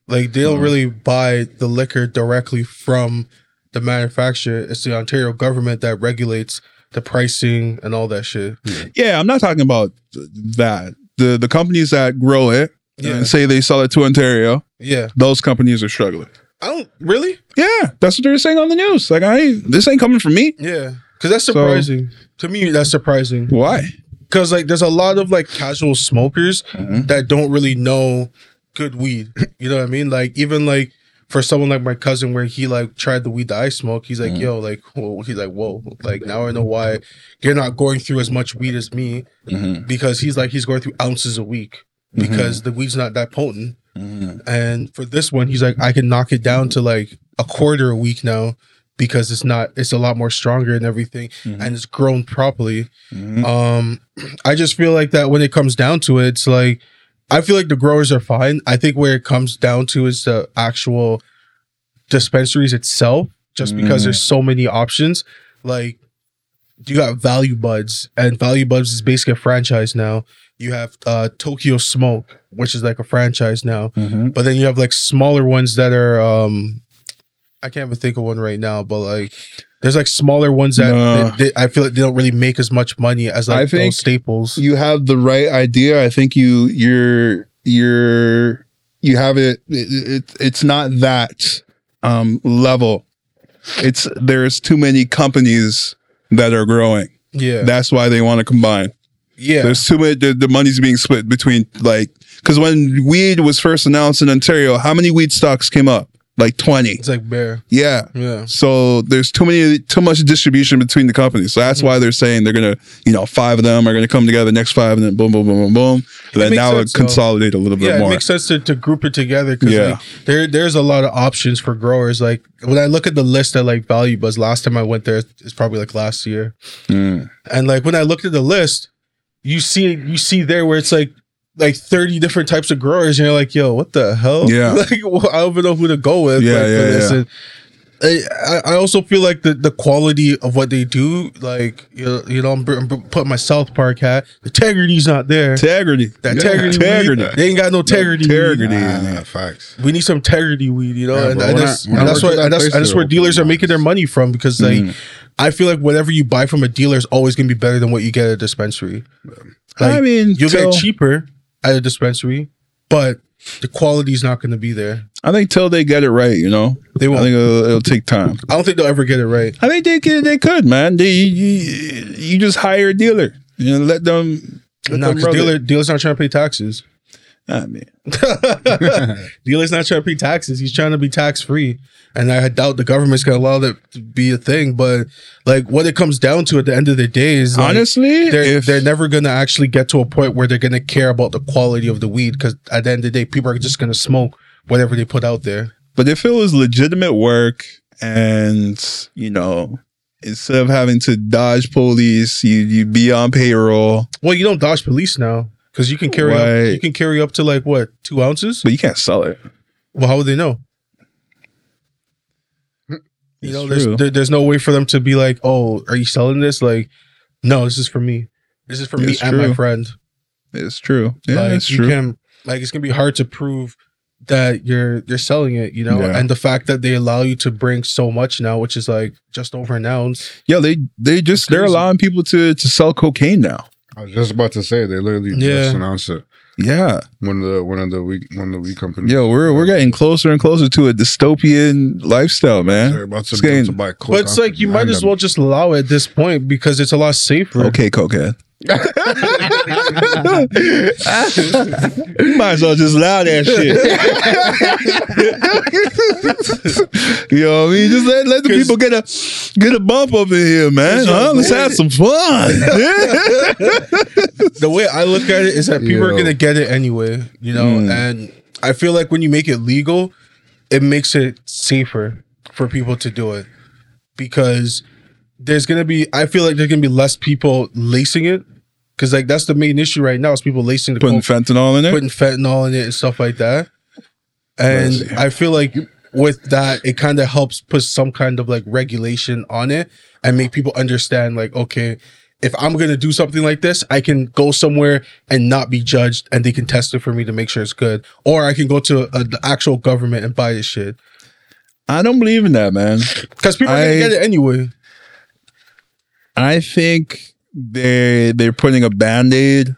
Like they don't really buy the liquor directly from the manufacturer. It's the Ontario government that regulates the pricing and all that shit. Mm-hmm. Yeah, I'm not talking about th- that. The the companies that grow it Yeah. and say they sell it to Ontario, Yeah. those companies are struggling. I don't really? Yeah, that's what they're saying on the news. Like I ain't- this ain't coming from me. Yeah. Cause that's So- surprising. to me, that's surprising. Why? Cause like there's a lot of like casual smokers Mhm. that don't really know good weed. You know what I mean? Like even like for someone like my cousin where he like tried the weed that I smoke, he's like, yo, like whoa. he's like, whoa, like now I know why you're not going through as much weed as me because he's like he's going through ounces a week because the weed's not that potent. And for this one, he's like, I can knock it down to like a quarter a week now because it's not it's a lot more stronger and everything and it's grown properly. Um, <clears throat> I just feel like that when it comes down to it, it's like I feel like the growers are fine. I think where it comes down to is the actual dispensaries itself, just because there's so many options. Like you got Value Buds, and Value Buds is basically a franchise now. You have uh, Tokyo Smoke, which is like a franchise now. But then you have like smaller ones that are um I can't even think of one right now, but like there's like smaller ones that Nah. that- that I feel like they don't really make as much money as like I think- those staples. You have the right idea. I think you you're you're you have it. it, it it's not that um level. It's there's too many companies that are growing. Yeah. That's why they want to combine. yeah. There's too many. The, the money's being split between like because when weed was first announced in Ontario, how many weed stocks came up? Like twenty. It's like bare. Yeah. Yeah. So there's too many, too much distribution between the companies. So Mm-hmm. that's why they're saying they're gonna, you know, five of them are gonna come together, next five, and then boom, boom, boom, boom, boom. And then makes now sense, it consolidate a little bit Yeah, it more. makes sense to, to group it together because Yeah. like, there there's a lot of options for growers. Like when I look at the list at like Value Buzz, last time I went there it's probably like last year. Mm. And like when I looked at the list, you see you see there where it's like like 30 different types of growers, and you're like, yo, what the hell? <laughs> Yeah. like well, I don't even know who to go with. Yeah, like, for yeah, this. yeah. And I, I- I also feel like the, the quality of what they do, like you know, you know I'm, br- I'm br- putting my South Park hat. The integrity's not there. Integrity, That integrity, integrity. weed, they ain't got no integrity. integrity. Ah, facts. We need some integrity weed, you know, Yeah, and, bro, and we're that's, not- we're and not that's working what that and that's, place and that's to Mm-hmm. where dealers are open making their money from because like I feel like whatever you buy from a dealer is always gonna be better than what you get at a dispensary. I mean, you'll till- get cheaper at a dispensary, but the quality's not gonna be there. I think till they get it right, you know, They I won't. think it'll, it'll take time. I don't think they'll ever get it right. I think they could, they could, man. They, you, you just hire a dealer, you know, let them. Let No, them because run it. dealer, dealer's not trying to pay <laughs> taxes. <laughs> I mean, Dealer's not trying to pay taxes. He's trying to be tax free, and I doubt the government's gonna allow that to be a thing. But like, what it comes down to at the end of the day is like, honestly, they're, if they're never going to actually get to a point where they're going to care about the quality of the weed because at the end of the day, people are just going to smoke whatever they put out there. But if it was legitimate work and, you know, instead of having to dodge police, you you be on payroll, Well, you don't dodge police now because you can carry Right. up, you can carry up to like what two ounces. but you can't sell it. Well, how would they know? You It's know, there's true. there, there's no way for them to be like, oh, are you selling this? Like, no, this is for me. This is for me It's and my true. friend. It's true. Yeah, like, it's you true. Can, like it's gonna be hard to prove that you're you're selling it, you know. Yeah. And the fact that they allow you to bring so much now, which is like just over an ounce. Yeah, they they just they're crazy. allowing people to to sell cocaine now. I was just about to say they literally Yeah. just announced it. Yeah. One of the one of the week one of the weed companies. Yo, we're we're getting closer and closer to a dystopian lifestyle, They're man. about to, It's be able getting- to buy coke but it's off like it <laughs> you might behind as them. well just allow it at this point because it's a lot safer. <laughs> Okay, cocaine. You might as well just allow that shit. <laughs> you know what I mean? Just let, let the people get a get a bump up in here, man. Huh? Let's have some fun. <laughs> the way I look at it is that people are Yo. gonna get it anyway, you know. Mm. And I feel like when you make it legal, it makes it safer for people to do it because there's gonna be. I feel like there's gonna be less people lacing it because like that's the main issue right now is people lacing the Putting coke, fentanyl in there. putting fentanyl in it and stuff like that. And I feel like with that, it kind of helps put some kind of like regulation on it and make people understand, like, okay, if I'm gonna do something like this, I can go somewhere and not be judged, and they can test it for me to make sure it's good, or I can go to a, the actual government and buy this shit I don't believe in that, man. because people are I- gonna get it anyway. I think they they're putting a band-aid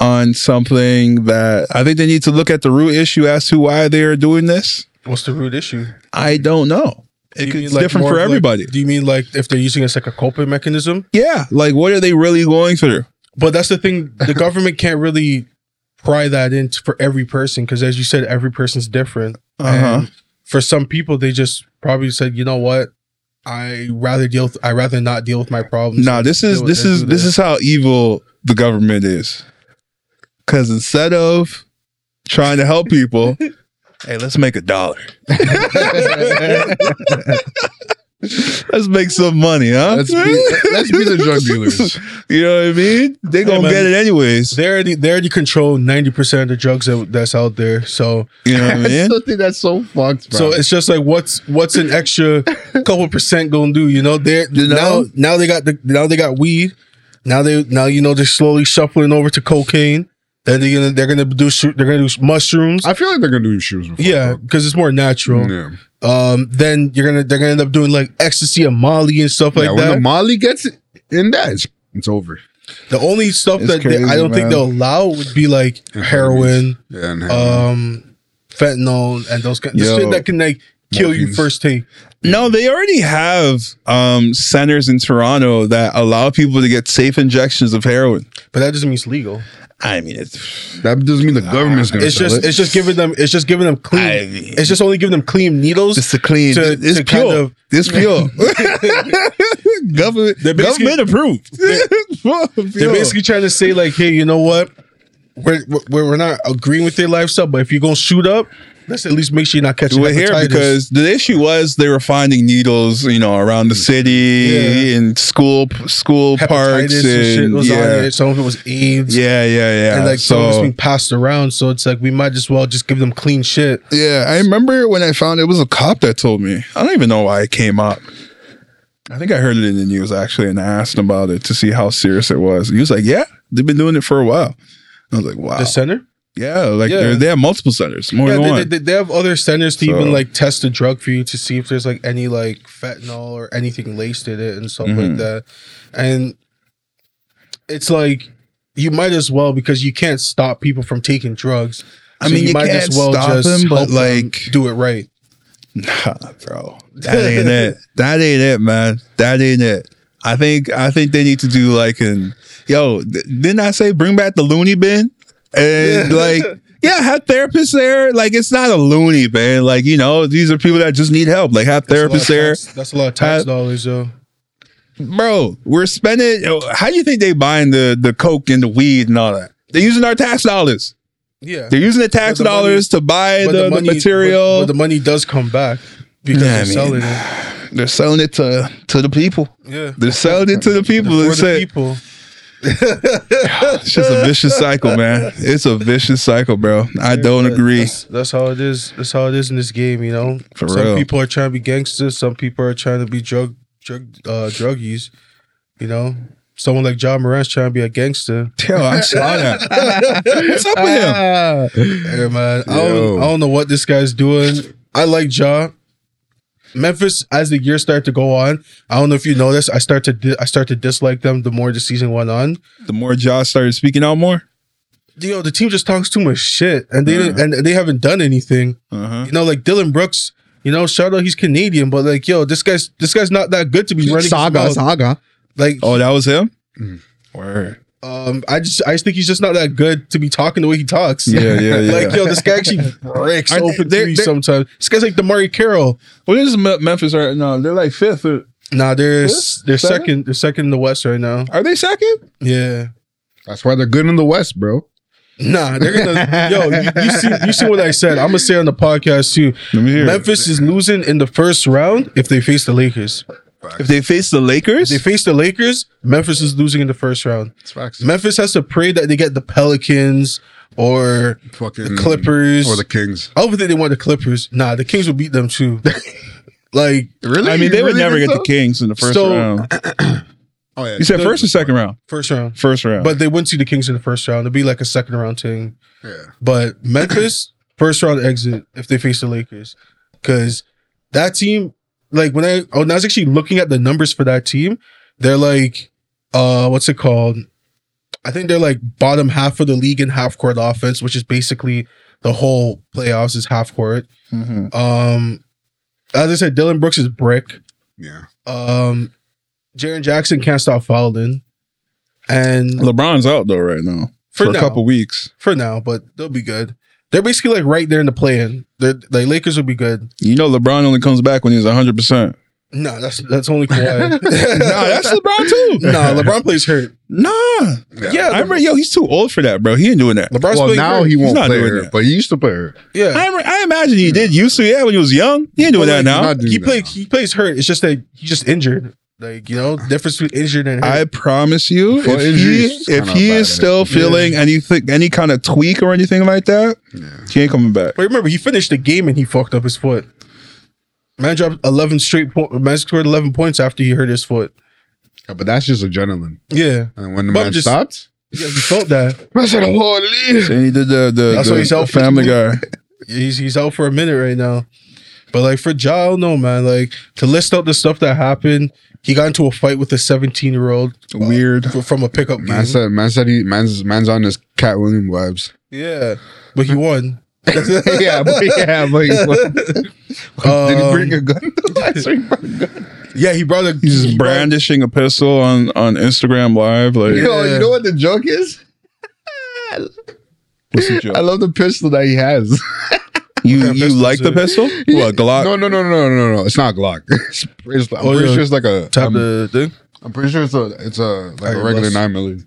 on something that I think they need to look at the root issue as to why they are doing this. What's the root issue? I don't know. It, Do you it's mean, like, different more for of, like- everybody. do you mean like if they're using it as like a coping mechanism? yeah, like what are they really going through? But that's the thing. <laughs> The government can't really pry that in for every person because, as you said, every person's different. Uh-huh. And for some people, they just probably said, "You know what? I rather deal. With, I rather not deal with my problems." No, this is Deal with this it, is do this is how evil the government is. Cause instead of trying to <laughs> help people, hey, let's make a dollar. let's make some money, huh? Let's be, let's be the drug dealers. <laughs> You know what I mean? They gonna man. get it anyways. They already they already control ninety percent of the drugs that, that's out there. So You know what <laughs> I I mean? still think that's so fucked, bro. so it's just like what's what's an <laughs> extra couple percent gonna do? You know they are You know? now now they got the now they got weed. Now they now you know they're slowly shuffling over to cocaine. Then they're gonna they're gonna do sh- they're gonna do mushrooms. I feel like they're gonna do shoes. Before Yeah, because it's more natural. coke. yeah. Mm-hmm. Um, then you're gonna they're gonna end up doing like ecstasy and Molly and stuff like yeah, when that. the Molly gets in that, it's, it's over. The only stuff It's that they, I crazy, don't think man. they'll allow would be like heroin, Yeah, and um, fentanyl, and those kind of Yo. shit that can like kill you Morpheus. first take. No, they already have um, centers in Toronto that allow people to get safe injections of heroin. But that doesn't mean it's legal. I mean, it's that doesn't mean the government's gonna. It's sell just it. it's just giving them it's just giving them clean. I- it's just only giving them clean needles. it's a clean. To- it's to pure. kind of- it's <laughs> pure. <laughs> government, They're basically- government approved. <laughs> They're They're basically trying to say like, hey, you know what? We're we're, we're not agreeing with their lifestyle, but if you're gonna shoot up, let's at least make sure you're not catching. do it here hepatitis. because the issue was they were finding needles, you know, around the city Yeah. in school school parks hepatitis and, and shit was yeah, on it. Some of it was AIDS. yeah, yeah, yeah. And like so, it's so being passed around, so it's like we might as well just give them clean shit. Yeah, I remember when I found it was a cop that told me. I don't even know why it came up. I think I heard it in the news actually, and I asked him about it to see how serious it was. He was like, "Yeah, they've been doing it for a while." I was like, "Wow, The center, yeah, like Yeah. they're- they have multiple centers, more yeah, than they, one." they, they have other centers to So- even like test the drug for you to see if there's like any like fentanyl or anything laced in it and stuff Mm-hmm. like that. And it's like you might as well because you can't stop people from taking drugs. I mean, you can't stop them, but, help like- do it right. Nah, bro, that <laughs> ain't it. That ain't it, man. That ain't it. I think I think they need to do like an yo. Th- didn't I say bring back the loony bin <laughs> and like yeah, have therapists there. Like it's not a loony bin. Like you know, these are people that just need help. Like have therapists That's a lot there, of tax- That's a lot of tax Uh, dollars, though. bro. We're spending. yo, How do you think they buying the the coke and the weed and all that? They're using our tax dollars. Yeah, They're using the tax the money- dollars to buy the, the, material. but, but the money does come back because Yeah, I they're selling mean, it. They're selling it to to the people. Yeah. They're selling it to the people. For They the said- people. It's just a vicious cycle, man. It's a vicious cycle, bro. I don't agree. That's, that's how it is. That's how it is in this game, you know. For some real. people are trying to be gangsters, some people are trying to be drug drug uh druggies, you know. Someone like John Moran's trying to be a gangster. <laughs> Yo, I saw that. What's up with him? Ah! Hey, man, I Yo. don't, I don't know what this guy's doing. I like Ja. Memphis, as the years start to go on, I don't know if you know this. I start to di- I start to dislike them the more the season went on. The more Josh started speaking out more, Yo, the team just talks too much shit, and they didn't and they haven't done anything. uh-huh. you know, like Dylan Brooks. You know, shout out he's Canadian, but like, yo, this guy's this guy's not that good to be running. his saga, mouth. saga. Like, oh, that was him. Word. Um, I just I just think he's just not that good to be talking the way he talks. Yeah, yeah, <laughs> yeah. <laughs> like yo, this guy actually breaks Aren't they- open they're- threes they're- sometimes. This guy's like Damari Carroll. What is Me- Memphis right now? They're like fifth. Or, Nah, they're Fifth? they're Seventh? second. They're second in the West right now. are they second? Yeah. That's why they're good in the West, bro. Nah, they're gonna yo. You, you see, you see what I said. I'm gonna say on the podcast too. Let me hear. Memphis is losing in the first round if they face the Lakers. If they face the Lakers, If they face the Lakers, Memphis is losing in the first round. It's facts. Memphis has to pray that they get the Pelicans or Fucking the Clippers Mm. or the Kings. I don't think they want the Clippers. Nah, the Kings will beat them too. like Really? I mean, they You would really never think get so? the Kings in the first So- round. Oh yeah. You said first or second round? first round, First round. but they wouldn't see the Kings in the first round. It'd be like a second round thing. Yeah. But Memphis <clears throat> first round exit if they face the Lakers, because that team, like when I when I was actually looking at the numbers for that team, they're like, uh, what's it called? I think they're like bottom half of the league in half court offense, which is basically the whole playoffs is half court. Mhm. Um, as I said, Dylan Brooks is brick. Yeah. Um, Jaron Jackson can't stop fouling, and LeBron's out though right now for, for, now, a couple weeks. for now, but they'll be good. They're basically like right there in the play-in. They're like Lakers will be good. You know, LeBron only comes back when he's hundred percent. No, that's that's <laughs> only Kawhi. nah, Nah, that's LeBron <laughs> too. LeBron plays hurt. Nah, Yeah. Yeah, I remember, yo, he's too old for that, bro. He ain't doing that. LeBron's well, playing now hurt. he won't not play doing her, that. but he used to play her. yeah. I, I imagine he did used to, yeah, when he was young. He ain't doing that But, like, now. not doing He that played now. he plays hurt. It's just that he's just injured. Like you know, difference between injured and hurt. I promise you, if Foot injuries is he, if kinda he bad is at it. still feeling anything, any kind of tweak or anything like that, Yeah. he ain't coming back. but remember, he finished the game and he fucked up his foot. Man dropped eleven straight point. Man scored eleven points after he hurt his foot. Yeah, But that's just adrenaline. Yeah, And when the But man just- stopped, yeah, he felt that. I said, "Holy!" And he did the the, That's the- what he's out the for. Family Guy. he's he's out for a minute right now. But like for Ja, I don't know, man. Like to list out the stuff that happened, he got into a fight with a 17 year old Weird. from a pickup game. Man said, "Man said he man's man's on his Cat Williams vibes." <laughs> Yeah, but he won. yeah, but yeah, <laughs> but he, did he Um, bring a gun? <laughs> Yeah, he brought a He's he just brought- brandishing a pistol on on Instagram Live. Like, Yo, you know what the joke is? what's the I joke? love the pistol that he has. You of you pistol like is the it? pistol? What Glock? <laughs> No, no, no, no, no, no, no. It's not Glock. <laughs> It's, it's, I'm Oh, pretty yeah. sure it's like a. tap I'm, the thing. I'm pretty sure it's a. It's a like a Alright, regular bust. nine milli.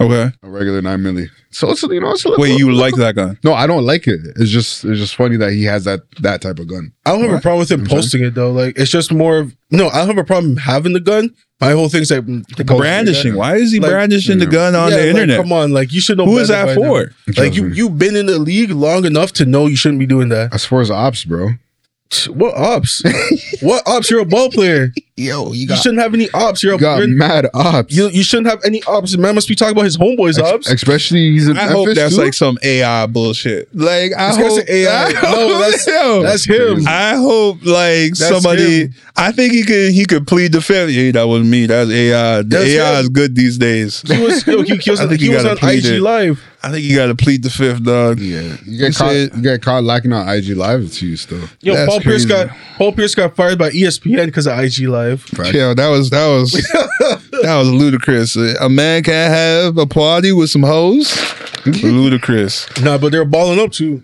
Okay. A regular nine milli. So it's you know it's a little. Wait, you like that gun? No, I don't like it. It's just it's just funny that he has that that type of gun. I don't have a problem with him posting it though. Like it's just more of no. I don't have a problem having the gun. My whole thing's like mm, the Brandishing. Why is he Like- brandishing the gun on the internet? come on, like you should know. Who is better that by now. for? Like you, you've been in the league long enough to know you shouldn't be doing that. As far as ops, bro. What <laughs> ops? what ops? You're a ball player. Yo, You shouldn't have any ops. You're you a, got you're, mad ops. you, you shouldn't have any ops. Man must be talking about his homeboys Ex- ops. Especially he's in I hope Memphis, that's too. like some AI bullshit. Like I This guy's hope an AI. <laughs> I No, hope- that's- yo, That's him. I hope like That's somebody. him. I think he could he could plead the fifth. Yeah, that was me. That's AI. The That's AI him. is good these days. <laughs> He was, yo, he, he was, I think he you was gotta on plead IG it. Live. I think you got to plead the fifth, dog. Yeah, you You get caught. said- you get caught lacking on IG live. It's you still. Yo, That's Paul Pierce crazy. got Paul Pierce got fired by E ESPN because of IG Live. Fact. Yeah, that was that <laughs> was that was ludicrous. A man can't have a party with <laughs> some hoes. ludicrous. Nah, but they were balling up too.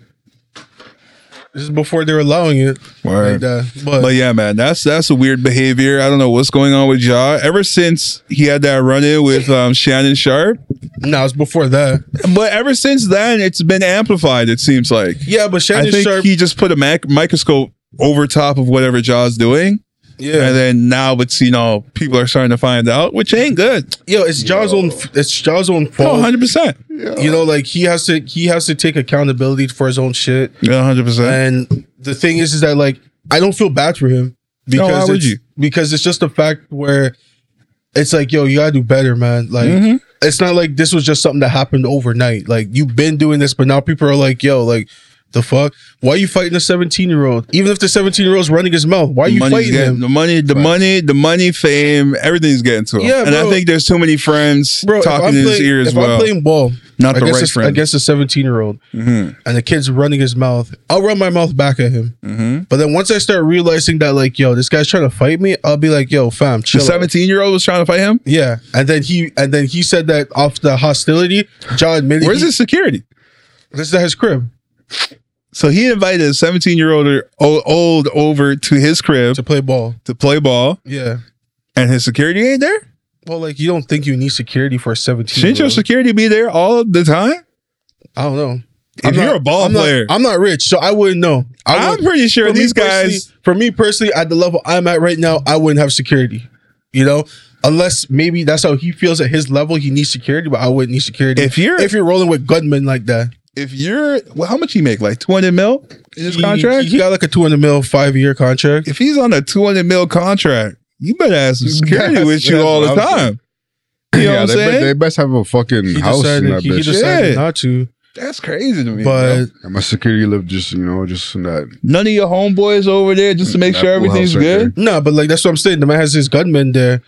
This is before they were allowing it. Word. Like that. But, But yeah, man, that's that's a weird behavior. I don't know what's going on with Ja. Ever since he had that run in with um, Shannon Sharp, nah, it's before that. but ever since then, it's been amplified. It seems like Yeah, but I Shannon think Sharp. he just put a mac- microscope over top of whatever Ja's doing, yeah, and then now it's you know people are starting to find out, which ain't good. yo, it's Jaws own. It's Jaws own Oh, fault. 100 percent, you know, like he has to he has to take accountability for his own shit. yeah, hundred percent. And the thing is, is that like I don't feel bad for him No, why would it's, you? because it's just a fact where it's like, yo, you gotta do better, man. Like Mm-hmm. it's not like this was just something that happened overnight. Like you've been doing this, but now people are like, yo, like The fuck? Why are you fighting a 17 year old? Even if the 17 year old's running his mouth, why are you Money's fighting getting- him? The money, the Facts. money, the money, fame, everything's getting to him. Yeah, and I bro. think there's too many friends Bro, talking if in I'm his playing, ear as if well. I'm playing ball Not the against, right a, friend. against a 17 year old Mm-hmm. and the kid's running his mouth, I'll run my mouth back at him. Mm-hmm. But then once I start realizing that, like, yo, this guy's trying to fight me, I'll be like, yo, fam, The chill. out. 17 year old was trying to fight him. Yeah, and then he and then he said that off the hostility, John admitted. Where's he- his security? This is at his crib So he invited a 17 year old or o- old over to his crib to play ball. to play ball, Yeah. and his security ain't there. Well, like you don't think you need security for a seventeen? Shouldn't your security be there all the time? I don't know. If you're a ball I'm not- player, I'm not rich, so I wouldn't know. I'm, I would, pretty sure for me these personally- guys. for me personally, at the level I'm at right now, I wouldn't have security. You know, unless maybe that's how he feels at his level. He needs security, but I wouldn't need security. If you're if if, you're rolling with gunmen like that, you're well, how much he make like 200 mil in his He- contract? he got like a two hundred mil five year contract. if he's on a 200 mil contract, you better have some security That's- with you that's all the what I'm time. You know what I'm they, be- saying? they best have a fucking He house in that decided, he, he bitch. decided Yeah. not to. That's crazy to me. bro. But and my security live just you know just in that. none of your homeboys over there just to make that sure pool house everything's right good. no, but like that's what I'm saying. The man has his gunman there,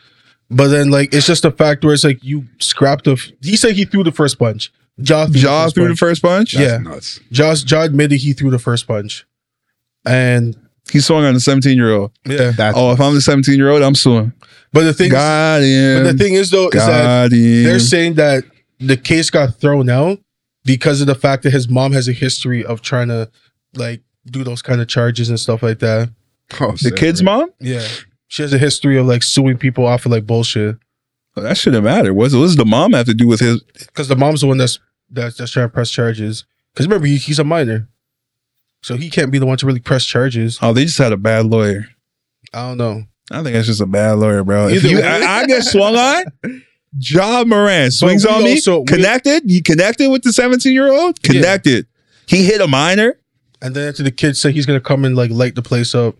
but then like it's just a fact where it's like you scrapped the. f- He said he threw the first punch. Jaw threw Jaw the first threw the punch. first punch. Yeah. That's nuts. Jaw, Jaw admitted he threw the first punch, and He swung on a 17 year old. yeah. That's Oh, if I'm the 17 year old, I'm suing. But the thing, is, God but the him. thing is though, is that God him. they're saying that the case got thrown out because of the fact that his mom has a history of trying to like do those kind of charges and stuff like that. oh, The sad, kid's right? mom? Yeah, she has a history of like suing people off of like bullshit. Oh, that shouldn't matter. What's, what does the mom have to do with his? because the mom's the one that's that's, that's trying to press charges. Because remember, he, he's a minor, so he can't be the one to really press charges. Oh, they just had a bad lawyer. I don't know. I think that's just a bad lawyer, bro. If Either you, way. I, I get swung on. John Moran swings we on me. also- we- connected. He connected with the 17 year old. Yeah. Connected. He hit a minor. And then after the kid said he's gonna come and like light the place up.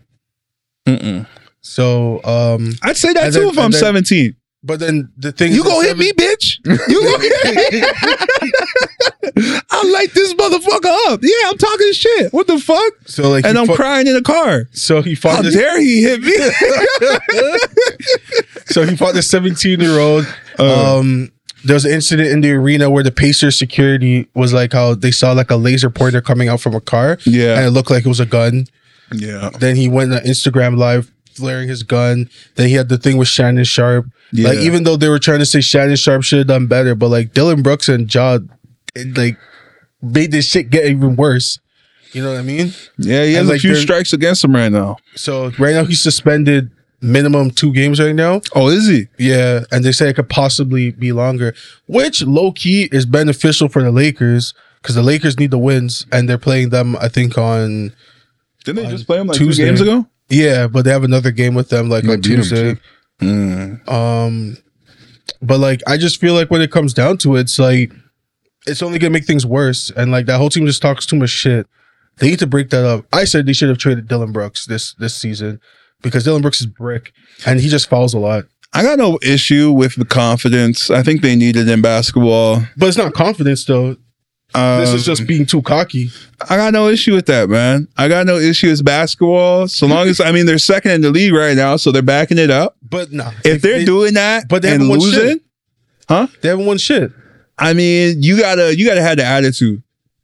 Mm-mm. So, um, I'd say that And too then- if I'm and then- 17. but then the thing You is, the gonna hit seven- me, bitch? You gonna hit me? <laughs> I light this motherfucker up. Yeah, I'm talking shit. What the fuck? So like, And he I'm fu- crying in the car. so he fought How this, dare he <laughs> hit me? so he fought the seventeen year old. <laughs> Uh, Um, there was an incident in the arena where the Pacers security was like how they saw like a laser pointer coming out from a car, and yeah. it looked like it was a gun. Yeah. Then he went on Instagram live flaring his gun. Then he had the thing with Shannon Sharp. Yeah. Like even though they were trying to say Shannon Sharp should have done better, but like Dylan Brooks and Ja, it, like made this shit get even worse. You know what I mean? yeah, he has and, a like, few they're- strikes against him right now. So right now he's suspended minimum two games right now. Oh, is he? Yeah, and they say it could possibly be longer, which low key is beneficial for the Lakers because the Lakers need the wins and they're playing them. I think on Didn't they On just play him like Tuesday. two games ago? yeah, but they have another game with them like They on beat 'em, Tuesday. too. Um, but like, I just feel like when it comes down to it, it's like it's only gonna make things worse. And like that whole team just talks too much shit. They need to break that up. I said they should have traded Dylan Brooks this this season because Dylan Brooks is brick and he just fouls a lot. I got no issue with the confidence. I think they need it in basketball. But it's not confidence though. Um, This is just being too cocky. I got no issue with that, man. I got no issue with basketball. So long as I mean they're second in the league right now, so they're backing it up. But nah, If they're they, doing that but they and haven't won shit. losing, they haven't won shit. I mean, you gotta you gotta have the attitude.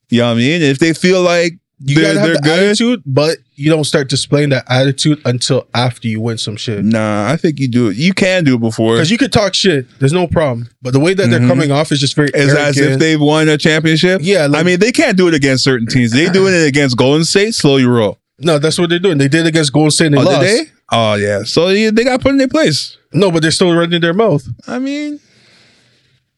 You know what I mean? If they feel like You they're, gotta have they're the good, attitude, but you don't start displaying that attitude until after you win some shit. nah, I think you do it. You can do it before. Because you could talk shit, there's no problem. But the way that they're Mhm. coming off is just very It's as if arrogant. they've won a championship. Yeah, like, I mean, they can't do it against certain teams. They doing it against Golden State. Slow your roll. no, that's what they're doing. They did against Golden State. And they Oh, lost. did they? Oh yeah. So yeah, they got put in their place. No, but they're still running their mouth. I mean,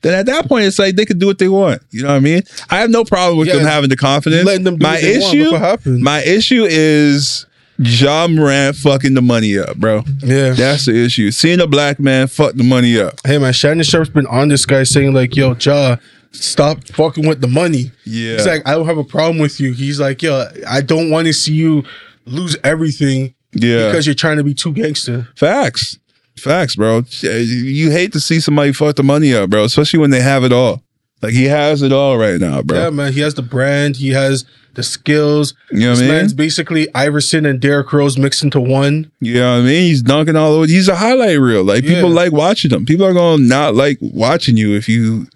then at that point, it's like they could do what they want. You know what I mean? I have no problem with Yeah, them having the confidence. letting them do my what they want. Look issue, what happened. my issue is John Morant fucking the money up, bro. Yeah. That's the issue. Seeing a black man fuck the money up. Hey man, Shannon Sharp's been on this guy saying like, "Yo, Ja, stop fucking with the money." Yeah. He's like, "I don't have a problem with you." He's like, "Yo, I don't want to see you lose everything yeah. because you're trying to be too gangster." Facts. Facts, bro. You hate to see somebody fuck the money up, bro, especially when they have it all. Like he has it all right now, bro. Yeah, man. He has the brand. He has the skills. you know This what I mean? man's basically Iverson and Derrick Rose mixed into one. You know what I mean? He's dunking all over. He's a highlight reel. Like Yeah. people like watching him. People are gonna not like watching you if you.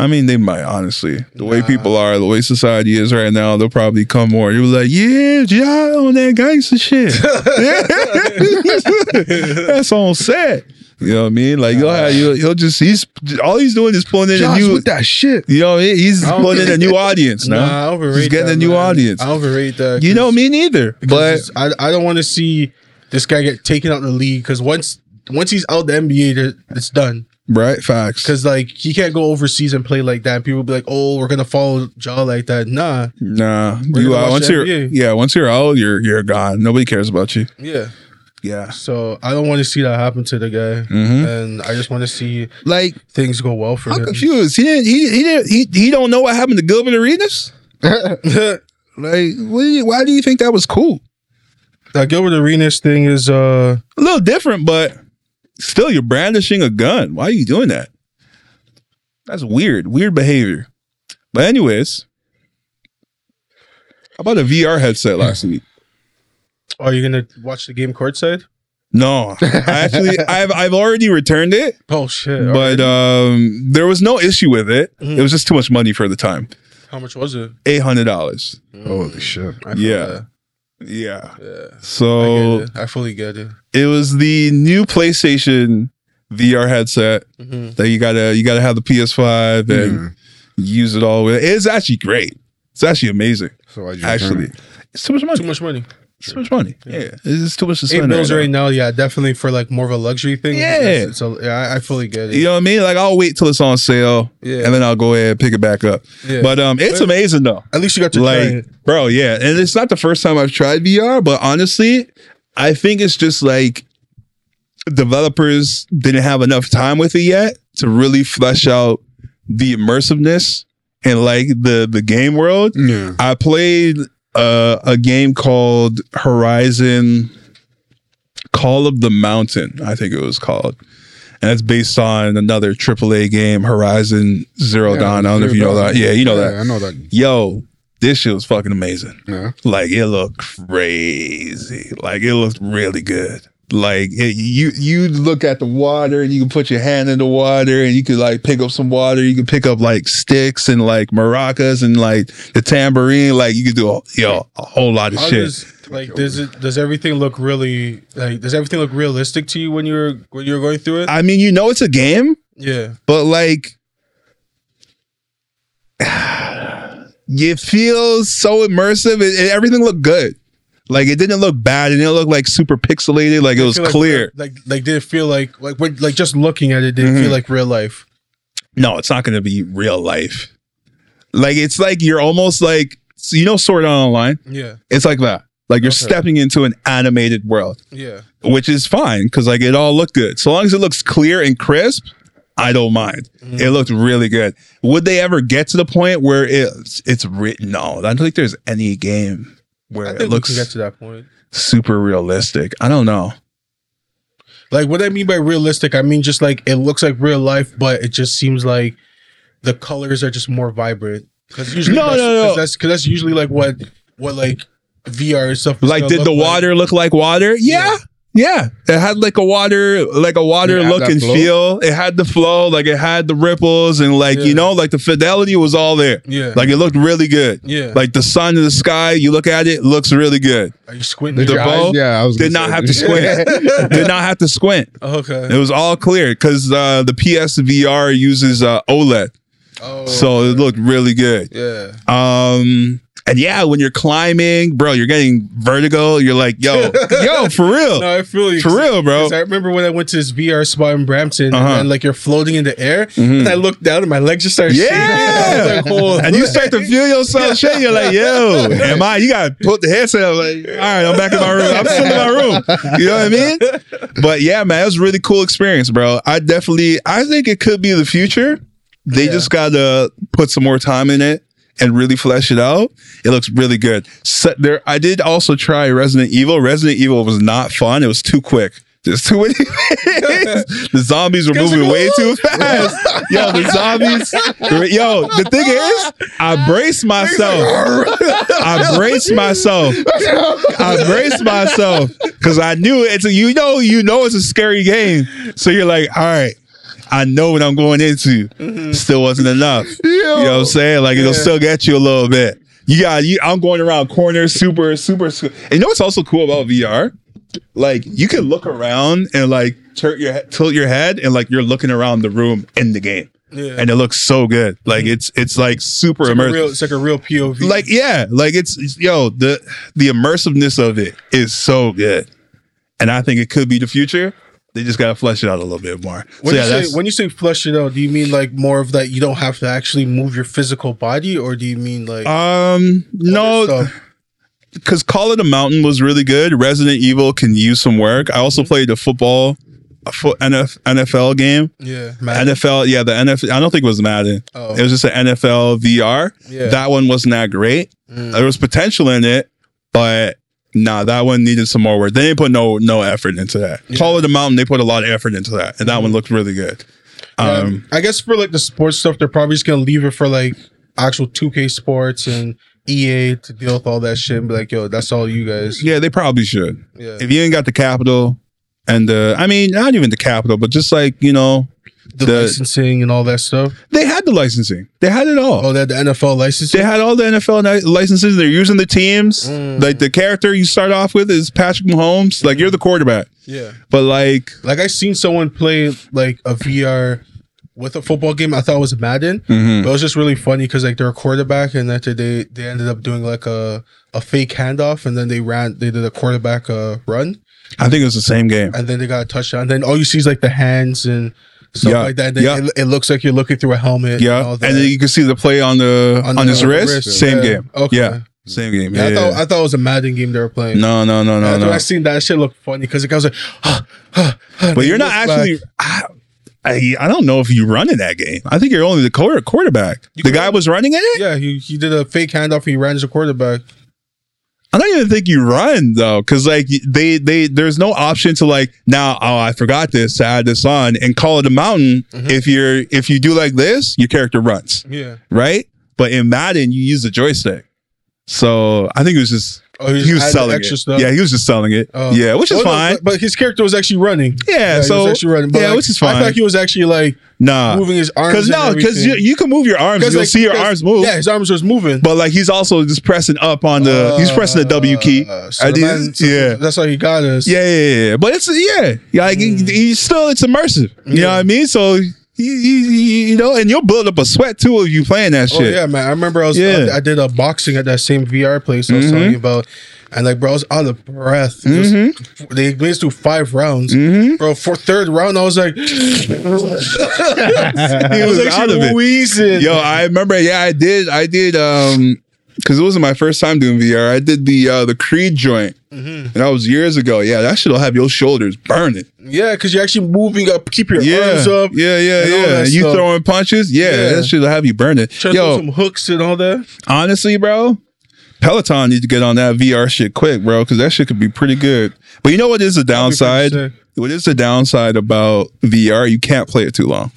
I mean, they might honestly. The way people are, the way society is right now, they'll probably come more. You're like, yeah, yeah, on that <laughs> gangster shit. <laughs> That's on set. You know what I mean? Like you'll have you. He'll just he's all he's doing is pulling in a Josh new. with that shit. you know, what I mean? he's I don't pulling in a new audience now. I overrate He's getting that, a new man. audience. I overrate that. You know, me neither. But Because I, I don't want to see this guy get taken out of the league because once once he's out the NBA, there- it's done. right, facts. Because like he can't go overseas and play like that. And people be like, oh, we're gonna follow Jaw like that. Nah. Nah, We're you gonna uh, watch once the you're NBA. yeah, once you're out, you're you're gone. Nobody cares about you. Yeah. Yeah, So I don't want to see that happen to the guy. hmm And I just want to see like things go well for I'm him. confused. He didn't. He he didn't, he he don't know what happened to Gilbert Arenas. Like, what do you- why do you think that was cool? <laughs> that Gilbert Arenas thing is uh A little different, but still, you're brandishing a gun. Why are you doing that? That's weird. Weird behavior. But anyways, how about a VR headset last week? are oh, you gonna watch the game courtside? No, I actually, I've I've already returned it. Oh shit. all right. but um, there was no issue with it. Mhm. It was just too much money for the time. how much was it? Eight hundred dollars. Oh, Holy shit. I feel Yeah, yeah. that. Yeah. I, So get it. I fully get it. it was the new PlayStation VR headset Mhm. that you gotta you gotta have the PS5 Mm-hmm. and Mhm. use it all. With. It's actually great. It's actually amazing. So why'd you return Actually, it? it's too much Too money. much money. It's too much money. Yeah, it's just too much to Eight spend. bills right now. right now, yeah, definitely for like more of a luxury thing. Yeah. It's- it's a- yeah, I, I fully get it. You know what I mean? Like I'll wait till it's on sale, Yeah. and then I'll go ahead and pick it back up. Yeah. But um, it's But- amazing though. At least you got to try like it. bro yeah and it's not the first time i've tried vr but honestly i think it's just like developers didn't have enough time with it yet to really flesh out the immersiveness and like the the game world Yeah. i played uh, a game called horizon call of the mountain i think it was called and it's based on another AAA game, Horizon Zero Yeah, Dawn. I don't know if you know Zero that. Dawn. Yeah, you know that Yeah, I know that. yo, this shit was fucking amazing. Yeah. Like it looked crazy. Like it looked really good. Like it, you you look at the water and you can put your hand in the water and you could like pick up some water. You could pick up like sticks and like maracas and like the tambourine. Like you could do a, yo a whole lot of How shit. does like does it does everything look really like does everything look realistic to you when you're when you're going through it? I mean, you know, it's a game, yeah. but like <sighs> it feels so immersive it, it- everything looked good like it didn't look bad it didn't look like super pixelated like it was Feel like- clear Like like did it feel like like when, like just looking at it did it Mhm. feel like real life? no it's not going to be real life like it's like you're almost like so you know sword Art online Yeah. it's like that like you're Okay. stepping into an animated world Yeah. which is fine because like it all looked good so long as it looks clear and crisp i don't mind Mm. it looked really good would they ever get to the point where it's it's written no i don't think there's any game I where think it we looks can get to that point. super realistic i don't know Like what I mean by realistic, I mean just like it looks like real life, but it just seems like the colors are just more vibrant. Because usually, No, that's, no, no. 'cause that's because that's usually like what what like VR and stuff. is like gonna did look the water look like water yeah yeah it had like a water like a water Did it have look that and flow? feel it had the flow like it had the ripples and like Yeah. you know like the fidelity was all there Yeah, like it looked really good yeah. like the sun in the sky you look at it looks really good are you squinting? Did the your eyes- ball yeah, I was did gonna not say- have to <laughs> squint did not have to squint okay. It was all clear because uh, the PSVR uses uh, OLED, Oh, so it looked really good. yeah. Um, and yeah, when you're climbing, bro, you're getting vertigo. You're like, yo, yo, for real, No, I feel you. for real, bro. 'Cause I remember when I went to this VR spot in Brampton, Uh-huh. Mm-hmm. and like you're floating in the air, and I looked down and my legs just started shaking. <laughs> I Yeah, was like, "Holy and you <laughs> start to feel yourself shaking. You're like, yo, am I? You gotta put the headset. up. like, all right, I'm back in my room. I'm still in my room. You know what I mean? But yeah, man, it was a really cool experience, bro. I definitely, I think it could be the future. They Yeah. just gotta put some more time in it and really flesh it out. It looks really good. So there, I did also try Resident Evil. Resident Evil was not fun. It was too quick. There's too many. <laughs> minutes. the zombies were moving way too fast. Yo, the zombies. Yo, the thing is, I brace myself. I brace myself. I braced myself because I knew it's a you know you know it's a scary game. So you're like, all right, I know what I'm going into. Mm-hmm. Still wasn't enough. You know what I'm saying? Like it'll still get you a little bit. You got you. I'm going around corners, super, super. sc- And you know what's also cool about VR? Like you can look around and like tilt your he- tilt your head and like you're looking around the room in the game, Yeah. Mm-hmm. and it looks so good. Like it's it's like super it's, like a immersive real, it's like a real POV. like yeah like it's, it's- yo the the immersiveness of it is so good and i think it could be the future they just gotta flesh it out a little bit more when, so yeah you that's say, when you say flush it out, do you mean like more of that you don't have to actually move your physical body, or do you mean like uh, um no stuff? because call of the mountain was really good resident evil can use some work i Mm-hmm. also played a football a foot NF, nfl game Yeah, nfl yeah the nfl i don't think it was madden Oh. it was just an nfl vr Yeah. that one wasn't that great Mm. there was potential in it, but nah, that one needed some more work. They didn't put no no effort into that. Call of the Mountain, they put a lot of effort into that, and that Mm. one looked really good. Um, I guess for like the sports stuff, they're probably just gonna leave it for like actual 2K sports and EA to deal with all that shit and be like, yo, that's all you guys. yeah, they probably should. Yeah. If you ain't got the capital, and uh, I mean, not even the capital, but just like you know, The, the- licensing and all that stuff. they had the licensing, they had it all. Oh, that the NFL licensing. They had all the NFL ni- licenses. They're using the teams. Mm. Like the character you start off with is Patrick Mahomes. Like you're the quarterback, Yeah. but like Like I seen someone play like a VR with a football game. I thought it was Madden, Hmm. but it was just really funny because like they're a quarterback, and after they they ended up doing like a a fake handoff, and then they ran they did a quarterback uh, run, I think it was the same game. and then they got a touchdown. And then all you see is like the hands and stuff Yeah, like that. And then yeah. it, it looks like you're looking through a helmet. and, Yeah, all and that. then you can see the play on the on, On the- his on the wrist. wrist, Same yeah. game. Okay. Yeah, same game. yeah, Yeah. I thought I thought it was a Madden game they were playing. no, no, no, no, After no. I seen that, shit looked funny because the guy was like, huh, huh, huh, and But he you're not looked back. actually. I, I I don't know if you run in that game. I think you're only the quarter, quarterback. the guy was running in it. Yeah, he, he did a fake handoff. He ran as a quarterback. I don't even think you run though, because like they they there's no option to like now. Oh, I forgot this to add this on and call it a mountain. Mm-hmm. If you're if you do like this, your character runs Yeah. right. But in Madden, you use the joystick. So I think it was just Oh, he was selling it. Yeah, he was just selling it. Oh. yeah, which is Oh, no, fine. but, but his character was actually running. yeah, he so was actually running. But yeah, like, which is I fine. thought he was actually like nah, moving his arms. because no, because you, you can move your arms. You'll see your arms move. Yeah, his arms was moving. But like he's also just pressing up on the. uh, he's pressing the W key. Uh, so I the did- man- so yeah. that's how he got us. Yeah, yeah, yeah, yeah. But it's yeah, yeah, like he- Mm. he's still it's immersive. You know what I mean? So he, he, he- you know, and you'll build up a sweat too if you playing that Oh shit. yeah, man! I remember I was Yeah. Mm-hmm. I, I did a boxing at that same VR place I was telling you about, and like bro, I was out of breath. Just- Mm-hmm. they made us do five rounds, bro. For third round, I was like, <laughs> He was out of it. wheezing. <laughs> Yo, I remember. Yeah, I did. I did. Um, because it wasn't my first time doing VR. I did the uh the Creed joint, Mm-hmm. and that was years ago. Yeah, that shit'll have your shoulders burning. Yeah, because you're actually moving up, keep your yeah, arms up. yeah, yeah, and all yeah. that And you stuff. throwing punches. Yeah, Yeah. that shit'll have you burning. Try to Yo, throw some hooks and all that. honestly, bro, Peloton needs to get on that VR shit quick, bro, because that shit could be pretty good. But you know what is the downside? sick. What is the downside about VR? You can't play it too long.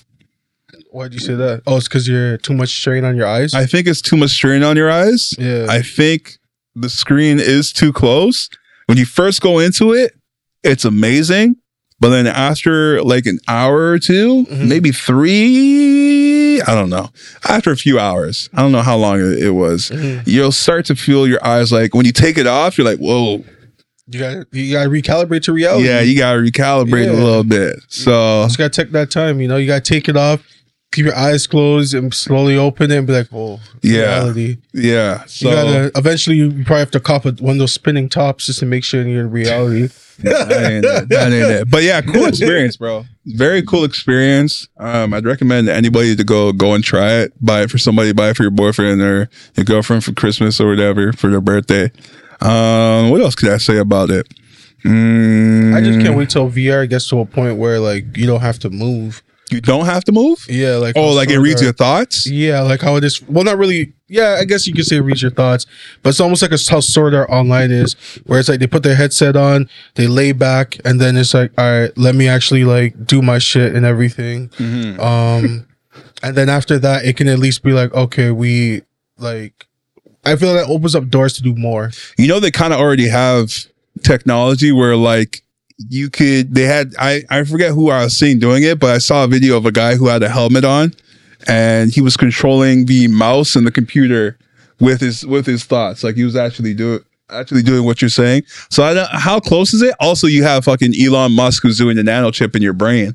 Why'd you say that? Oh, it's because you're too much strain on your eyes. I think it's too much strain on your eyes. yeah, I think the screen is too close. When you first go into it, it's amazing. But then after like an hour or 2 Mhm. maybe three, I don't know. After a few hours, I don't know how long it it was, Mhm. you'll start to feel your eyes like when you take it off, you're like, whoa, you got you got to recalibrate to reality. yeah, you gotta recalibrate a Oh, Yeah. little bit. So just gotta take that time. You know, you gotta take it off, keep your eyes closed, and slowly open it and be like, oh, Yeah. reality. yeah, so you gotta eventually you probably have to cop a, one of those spinning tops just to make sure you're in reality. that ain't it. That ain't it. But <laughs> yeah, cool experience, bro. Very cool experience. Um, I'd recommend anybody to go go and try it. Buy it for somebody. Buy it for your boyfriend or your girlfriend for Christmas or whatever for their birthday. Um, what else could I say about it? Mm, I just can't wait till VR gets to a point where like you don't have to move. You Mm, don't have to move. Yeah, like Oh, I'm like it sure reads that- your thoughts. Yeah, like how it is. Well, not really yeah, I guess you could say read your thoughts, but it's almost like it's how Sword Art Online is, where it's like they put their headset on, they lay back, and then it's like, all right, let me actually like do my shit and everything. Um, <laughs> and then after that, it can at least be like, okay, we like, I feel like that opens up doors to do more. you know they kind of already have technology where like you could they had I I forget who I was seeing doing it, but I saw a video of a guy who had a helmet on and he was controlling the mouse and the computer with his with his thoughts. Like he was actually doing actually doing what you're saying. So I don't, how close is it? Also, you have fucking Elon Musk who's doing the nano chip in your brain.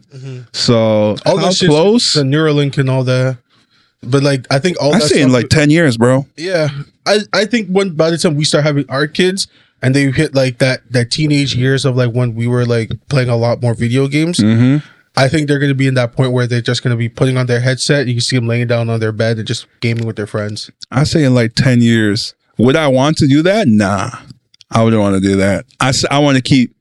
So Mm-hmm. All how that shit's- close? The Neuralink and all that. But like, I think all I that say in stuff- like ten years, bro. Yeah, I I think when by the time we start having our kids and they hit like that that teenage years of like when we were like playing a lot more video games, Mm-hmm. I think they're going to be in that point where they're just going to be putting on their headset. You can see them laying down on their bed and just gaming with their friends. I say in like 10 years. Would I want to do that? Nah, I wouldn't want to do that. I, s- I want to keep,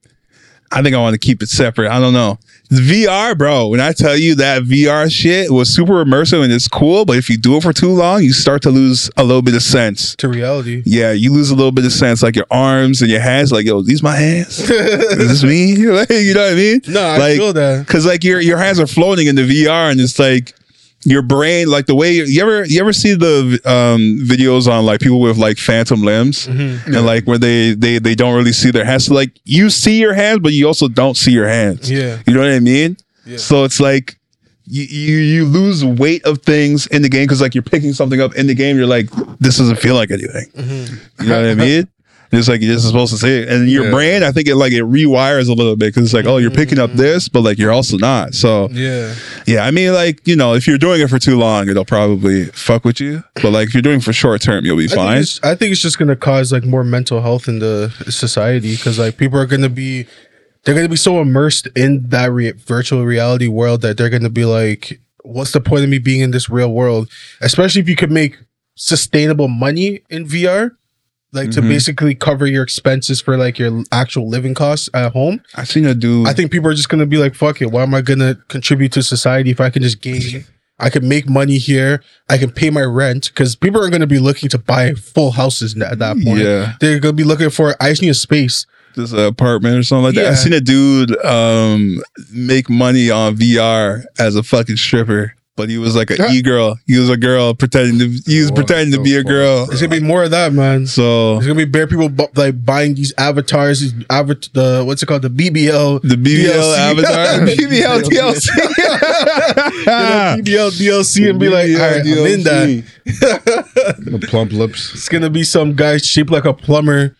I think I want to keep it separate. I don't know. The VR, bro, when I tell you that VR shit was super immersive and it's cool, but if you do it for too long, you start to lose a little bit of sense. To reality, Yeah, you lose a little bit of sense, like your arms and your hands, like, yo, these <laughs> my hands? Is this me? <laughs> Like, you know what I mean? no, I Like- feel that. Cause like your your hands are floating in the VR and it's like your brain, like the way you, you ever you ever see the um, videos on like people with like phantom limbs and like where they they they don't really see their hands. So like you see your hands, but you also don't see your hands. Yeah, You know what I mean? Yeah. So it's like you, you you lose weight of things in the game because like you're picking something up in the game. You're like, this doesn't feel like anything. Mm-hmm. You know what <laughs> I mean? And It's like you're just supposed to say it, and your Yeah. brain. I think it like it rewires a little bit because it's like, oh, you're picking Mm-hmm. up this, but like you're also not. So yeah. yeah, I mean, like you know, if you're doing it for too long, it'll probably fuck with you. But like if you're doing it for short term, you'll be I think, fine. it's, I think it's just going to cause like more mental health in the society because like people are going to be they're going to be so immersed in that re- virtual reality world that they're going to be like, what's the point of me being in this real world? Especially if you could make sustainable money in VR, like to Mhm. basically cover your expenses for like your actual living costs at home. I seen a dude. I think people are just gonna be like, fuck it. Why am I gonna contribute to society if I can just game? I can make money here. I can pay my rent because people are gonna be looking to buy full houses n- at that point. yeah, They're gonna be looking for. I just need a space. this apartment or something like that. Yeah. I seen a dude um make money on VR as a fucking stripper, but he was like an Yeah. e girl. He was a girl pretending to he Oh, was What pretending to the be a fuck, girl. There's gonna be more of that, man. So There's gonna be bare people bu- like buying these avatars. These avat- the what's it called? The BBL. the BBL DLC. <laughs> avatar, BBL <laughs> you know, DLC. BBL DLC and be like, all right, I'm in that. The plump lips. It's gonna be some guy shaped like a plumber.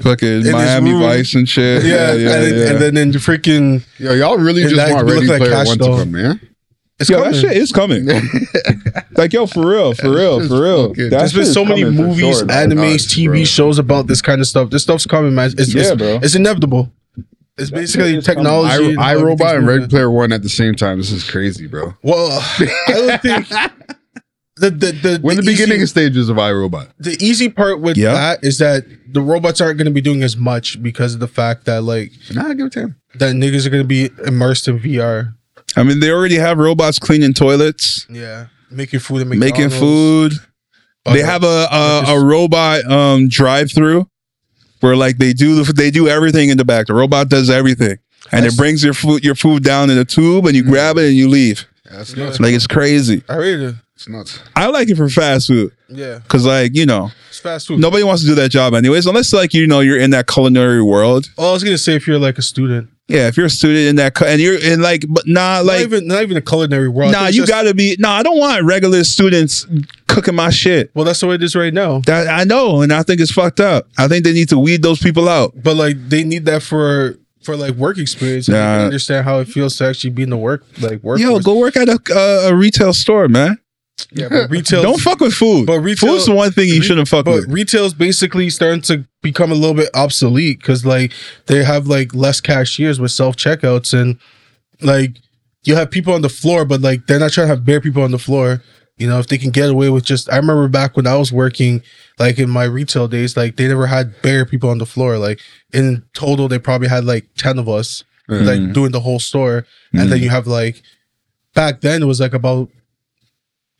Fucking his Miami room. Vice and shit. Yeah, and, then, and then in the freaking Yo, y'all really It just like- want it look Ready like Player cash, One though. to come, man. it's Yo, coming. that shit <laughs> is coming. like, yo, for real, for real, just for real. fucking- That There's been shit so is many coming for movies, sure, man. animes, Honest, TV bro. shows about this kind of stuff. This stuff's coming, man. It's, Yeah, it's, bro. it's inevitable. It's basically technology. I, and how I Robot and everything's Ready moving. Player One at the same time. This is crazy, bro. Well, <laughs> I don't <laughs> think the the the, We're in the, beginning easy, stages of iRobot. the easy part with Yeah. that is that the robots aren't going to be doing as much because of the fact that like Nah, give it to him. that niggas are going to be immersed in VR. I mean, they already have robots cleaning toilets, Yeah, making food and making food. they have a a, a robot um drive through where like they do the, they do everything in the back. The robot does everything, and That's- it brings your food your food down in a tube, and you grab it and you leave. That's nuts. Like it's crazy. I read it. It's <laughs> nuts. I like it for fast food Yeah, because like you know it's fast food. nobody wants to do that job anyways unless like you know you're in that culinary world. All I was going to say, if you're like a student, Yeah, if you're a student in that cu- and you're in like but nah not like even not even a culinary world. I nah think it's you just- gotta be nah I don't want regular students cooking my shit. Well, that's the way it is right now. That I know and I think it's fucked up. I think they need to weed those people out. But like they need that for for like work experience. And they Nah. can understand how it feels to actually be in the work like work. Yo, go work at a, uh, a retail store, man. yeah, but retail. <laughs> Don't fuck with food. But retail- Food's the one thing you shouldn't fuck But with. retail's basically starting to become a little bit obsolete because like they have like less cashiers with self checkouts and like you have people on the floor, but like they're not trying to have bare people on the floor. You know, if they can get away with just, I remember back when I was working, like in my retail days, like they never had bare people on the floor. Like in total, they probably had like 10 of us, Mm-hmm. like doing the whole store. And then you have like, back then it was like about,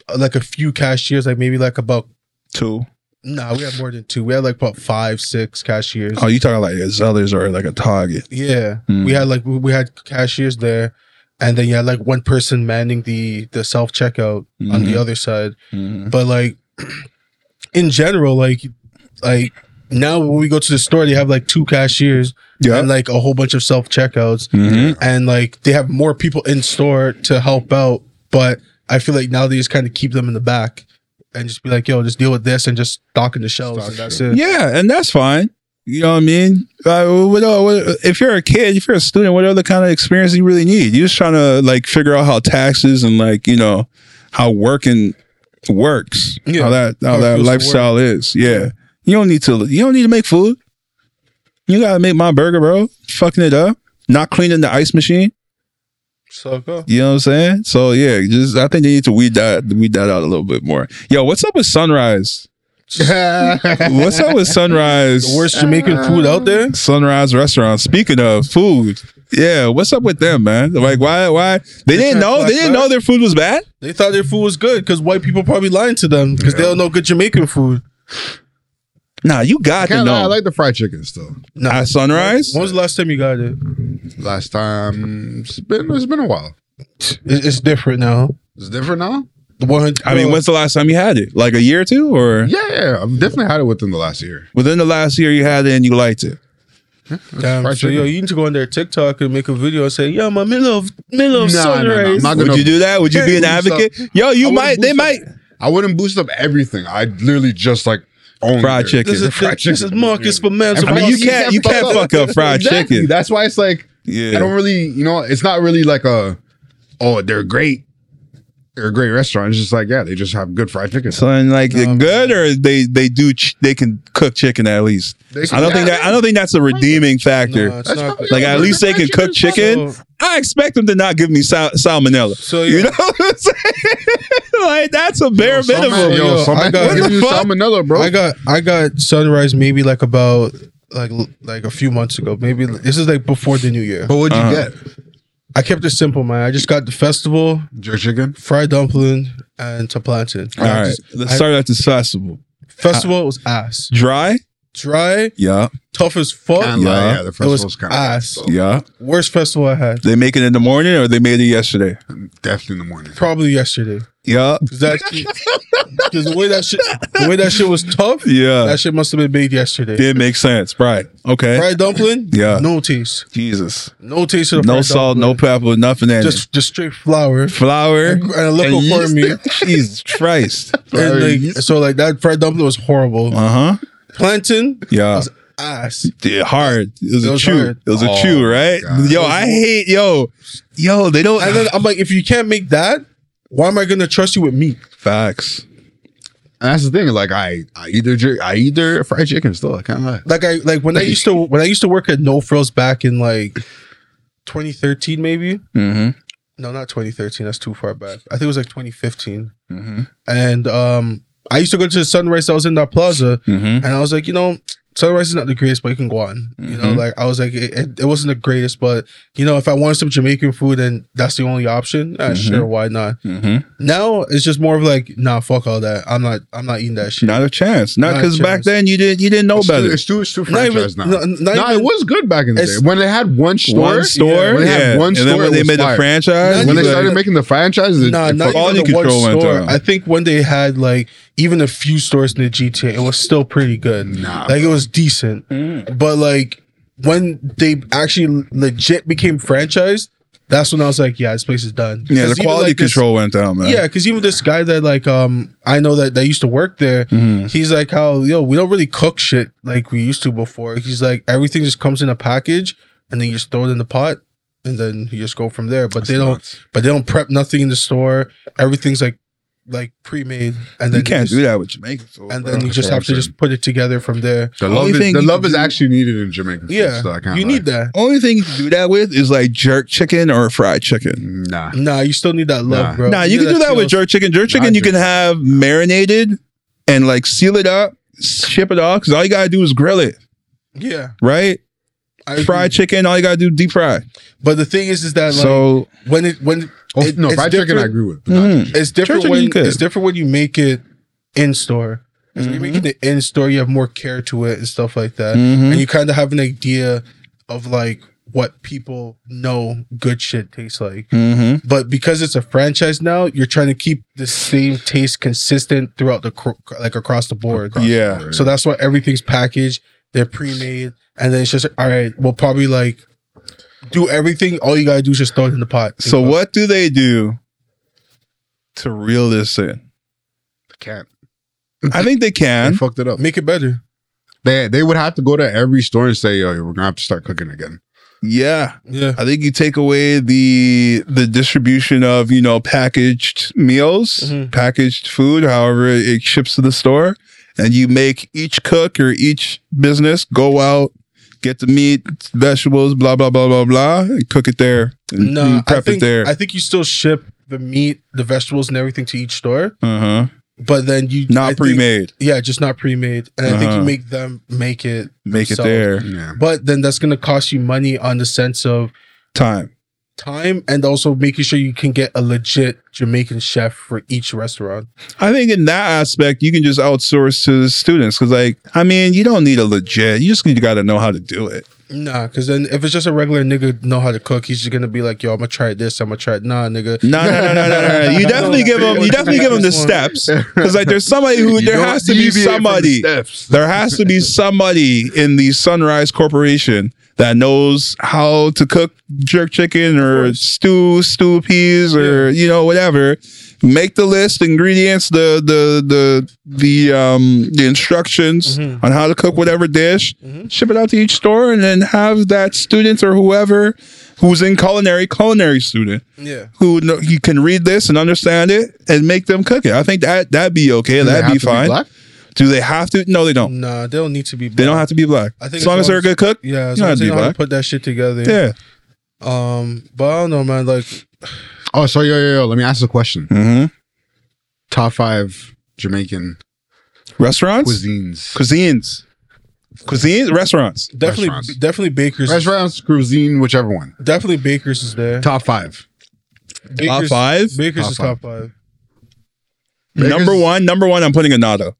uh, like a few cashiers, like maybe like about Two. Nah, we had more than two. We had like about five, six cashiers. Oh, you talking like a Zellers or like a Target? Yeah, Mm. we had like we- we had cashiers there, and then you had like one person manning the the self checkout on Mm-hmm. the other side. But like <clears throat> in general, like like now when we go to the store, they have like two cashiers Yeah. and like a whole bunch of self checkouts, Mhm. and like they have more people in store to help out. But I feel like now they just kind of keep them in the back and just be like, yo, just deal with this and just stock in the shelves, Stock and that's shelf. it. Yeah, and that's fine. You know what I mean? Uh, what, uh, what, if you're a kid, if you're a student, what other kind of experience do you really need? You're just trying to like figure out how taxes and like you know how working works, Yeah. how that how, How it that feels to lifestyle is. Yeah, you don't need to. You don't need to make food. You gotta make my burger, bro. Fucking it up, not cleaning the ice machine. So go. You know what I'm saying? So yeah, just I think they need to weed that weed that out a little bit more. Yo, what's up with sunrise? What's <laughs> up with sunrise? The worst Jamaican food out there. Sunrise Restaurant. Speaking of food, yeah, what's up with them, man? Like, why? Why they didn't know? They didn't know their food was bad. They thought their food was good because white people probably lying to them because they don't know good Jamaican food. Nah, you I got to can't lie, I know. like the fried chicken still. Nah. At sunrise, When was the last time you got it? Last time it's been it's been a while. It's, it's different now. It's different now. The one, I mean, when's the last time you had it? Like a year or two, or Yeah, yeah, I've definitely had it within the last year. within the last year you had it and you liked it. Damn, fried so yo, chicken. you need to go on their TikTok and make a video and say, "Yeah, my middle of middle of Nah, nah, nah, sunrise." I'm not Would gonna- you do that? Would you <laughs> be an advocate? Yo, you I wouldn't might. They boost might. I wouldn't boost up everything. I literally just like <laughs> own Fried it. chicken. This The is fried this, this is chicken. Marcus for man. I I mean, you You can't. can't You fuck can't up. fuck up fried <laughs> Exactly. chicken. That's why it's like I don't Yeah. really, you know, it's not really like a oh they're great, they're a great restaurant. It's just like yeah, they just have good fried chicken. So and like Um, good or they they do ch- they can cook chicken at least. They can- I don't think yeah. that I don't think that's a redeeming factor. No, it's That's not probably- good. Like at least they can cook chicken. So- I expect them to not give me sal- salmonella. So, you yeah. know what I'm saying? <laughs> like that's a bare Some man- minimum. yo, some I man got- gonna give you What the fuck? salmonella, bro. I got I got sunrise maybe like about like like a few months ago. Maybe this is like before the new year. but what'd you Uh-huh. get? I kept it simple, man. I just got the festival Jerk chicken. fried dumpling and to plantain. All right, let's start at the festival. Festival was ass. Dry? Dry, Yeah, tough as fuck. Can't lie, Yeah. yeah, the it first was was kind of ass. yeah. Worst festival I had. They make it in the morning or they made it yesterday. definitely in the morning. Probably yesterday. Yeah, Because the way that shit the way that shit was tough, yeah. that shit must have been made yesterday. It makes sense, right? Okay. Fried dumpling? Yeah. No taste. Jesus. No taste of the No fried salt, no dumpling. pepper, nothing. in it. just just straight flour. flour And a little and <laughs> cornmeal. yeast. Jesus Christ. And like, so like that fried dumpling was horrible. Uh huh. Plantain Yeah. ass. Yeah, hard. It was, It a was chew. hard. It was a Oh, chew, right? God. Yo, I hate yo, yo. They don't. And then I'm like, if you can't make that, why am I gonna trust you with meat? Facts. And that's the thing. Like I, I either jerk, I either fried chicken still. I can't lie. like I like when I used to when I used to work at No Frills back in like 2013 maybe. Mm-hmm. No, not 2013. That's too far back. I think it was like 2015. Mm-hmm. And um, I used to go to the Sunrise. I was in that plaza, Mm-hmm. and I was like, you know, Sunrise is not the greatest, but you can go on. You know, Mhm. like I was like, it, it, it wasn't the greatest, but you know, if I wanted some Jamaican food and that's the only option, ah, sure, why not? Mm-hmm. Now it's just more of like, nah, fuck all that. I'm not. I'm not eating that shit. Not a chance. Not Not a because back chance. then you didn't you didn't know It's too, better. it's too, it's too Not even- franchised now. no- not nah, even- it was good back in the day It's- when they had one store. one store, When they yeah. had one and store, then when it they was made fire. the franchise, Not when they even- like, started making the franchises, it, Nah, it not fucked- all even you the could one throw in store. throw. I think when they had like even a few stores in the GTA, it was still pretty good. Nah, like it was decent. Mm. But like when they actually legit became franchised, that's when I was like, yeah, this place is done. yeah, 'Cause the even, quality like, this- control went down, man. yeah, because even this guy that like um I know that that used to work there, Mm-hmm. he's like how yo we don't really cook shit like we used to before. He's like everything just comes in a package and then you just throw it in the pot and then you just go from there. But they don't but they don't prep nothing in the store. Everything's like like pre-made and then you can't just, do that with Jamaican. food, And bro. then you just That's what have to I'm just put it together from there. The Only love, thing is, the you love can is do- actually needed in Jamaican. food, Yeah, so I can't you lie. need that. only thing you can do that with is like jerk chicken or fried chicken. Nah, Nah, you still need that love, Nah. bro. Nah, you can do that with feels- jerk chicken. Jerk chicken, Nah, you can have marinated and like seal it up, ship it off. Because all you gotta do is grill it, Yeah, right? I Fried fried. chicken, all you gotta do deep fry. But the thing is, is that like so when it when oh, it- no, it's fried chicken I different- Mm-hmm. agree with. but not mm, It's different Church when chicken you could. it's different when you make it in store. As we make it the end story, you have more care to it and stuff like that. Mm-hmm. And you kind of have an idea of like what people know good shit tastes like. Mm-hmm. But because it's a franchise now, you're trying to keep the same taste consistent throughout the cro- like across the board. Yeah. So that's why everything's packaged. They're pre-made, and then it's just all right. We'll probably like do everything. All you gotta do is just throw it in the pot. So what do they do to reel this in? can't. I think they They can. fucked it up. Make it better. They they would have to go to every store and say, "Yo, we're gonna have to start cooking again." Yeah. Yeah. I think you take away the the distribution of you know packaged meals, Mhm. packaged food, however it ships to the store, and you make each cook or each business go out, get the meat, vegetables, blah blah blah blah blah, and cook it there, and, No, and prep I think, it there. I think you still ship the meat, the vegetables, and everything to each store, uh huh. but then you I Not think- pre-made. Yeah, just not pre-made, and I think you Uh-huh. make them make it. Make it So- there. Yeah, But then that's gonna cost you money on the sense of Time. time and also making sure you can get a legit Jamaican chef for each restaurant. I think in that aspect, you can just outsource to the students because, like, I mean, you don't need a legit. You just need got to know how to do it. Nah, because then if it's just a regular nigga know how to cook, he's just gonna be like, "Yo, I'm gonna try this. I'm gonna try it." Nah, nigga. No, no, no, no, no, no. You definitely give them. You definitely give them the This one. steps because like there's somebody who You there don't has to be deviate from the somebody. Steps. There has to be somebody in the Sunrise Corporation that knows how to cook jerk chicken or stew, stew peas, or you know whatever. Make the list, ingredients, the the the the um the instructions Mm-hmm. on how to cook whatever dish. Ship it out to each store, and then have that student or whoever who's in culinary culinary student Yeah. who know, you can read this and understand it and make them cook it. I think that that'd be okay. Do they that'd have be to fine. black? Do they have to? No, they don't. Nah, they don't need to be. Black. They don't have to be black. I think as long as as they're a long good cook. Yeah, You so don't I'm have to be saying how to black. put that shit together. Yeah. Um, but I don't know, man. Like, Oh, so yo, yo, yo. Let me ask a question. Mm-hmm. Top five Jamaican Restaurants, cuisines. cuisines, cuisines, restaurants. definitely, Restaurants. definitely Baker's. Restaurants, cuisine, whichever one. Definitely Baker's is there. Top five. Top Baker's, five. Baker's Top is five. top five. Bakers- Number one. Number one. I'm putting Anado.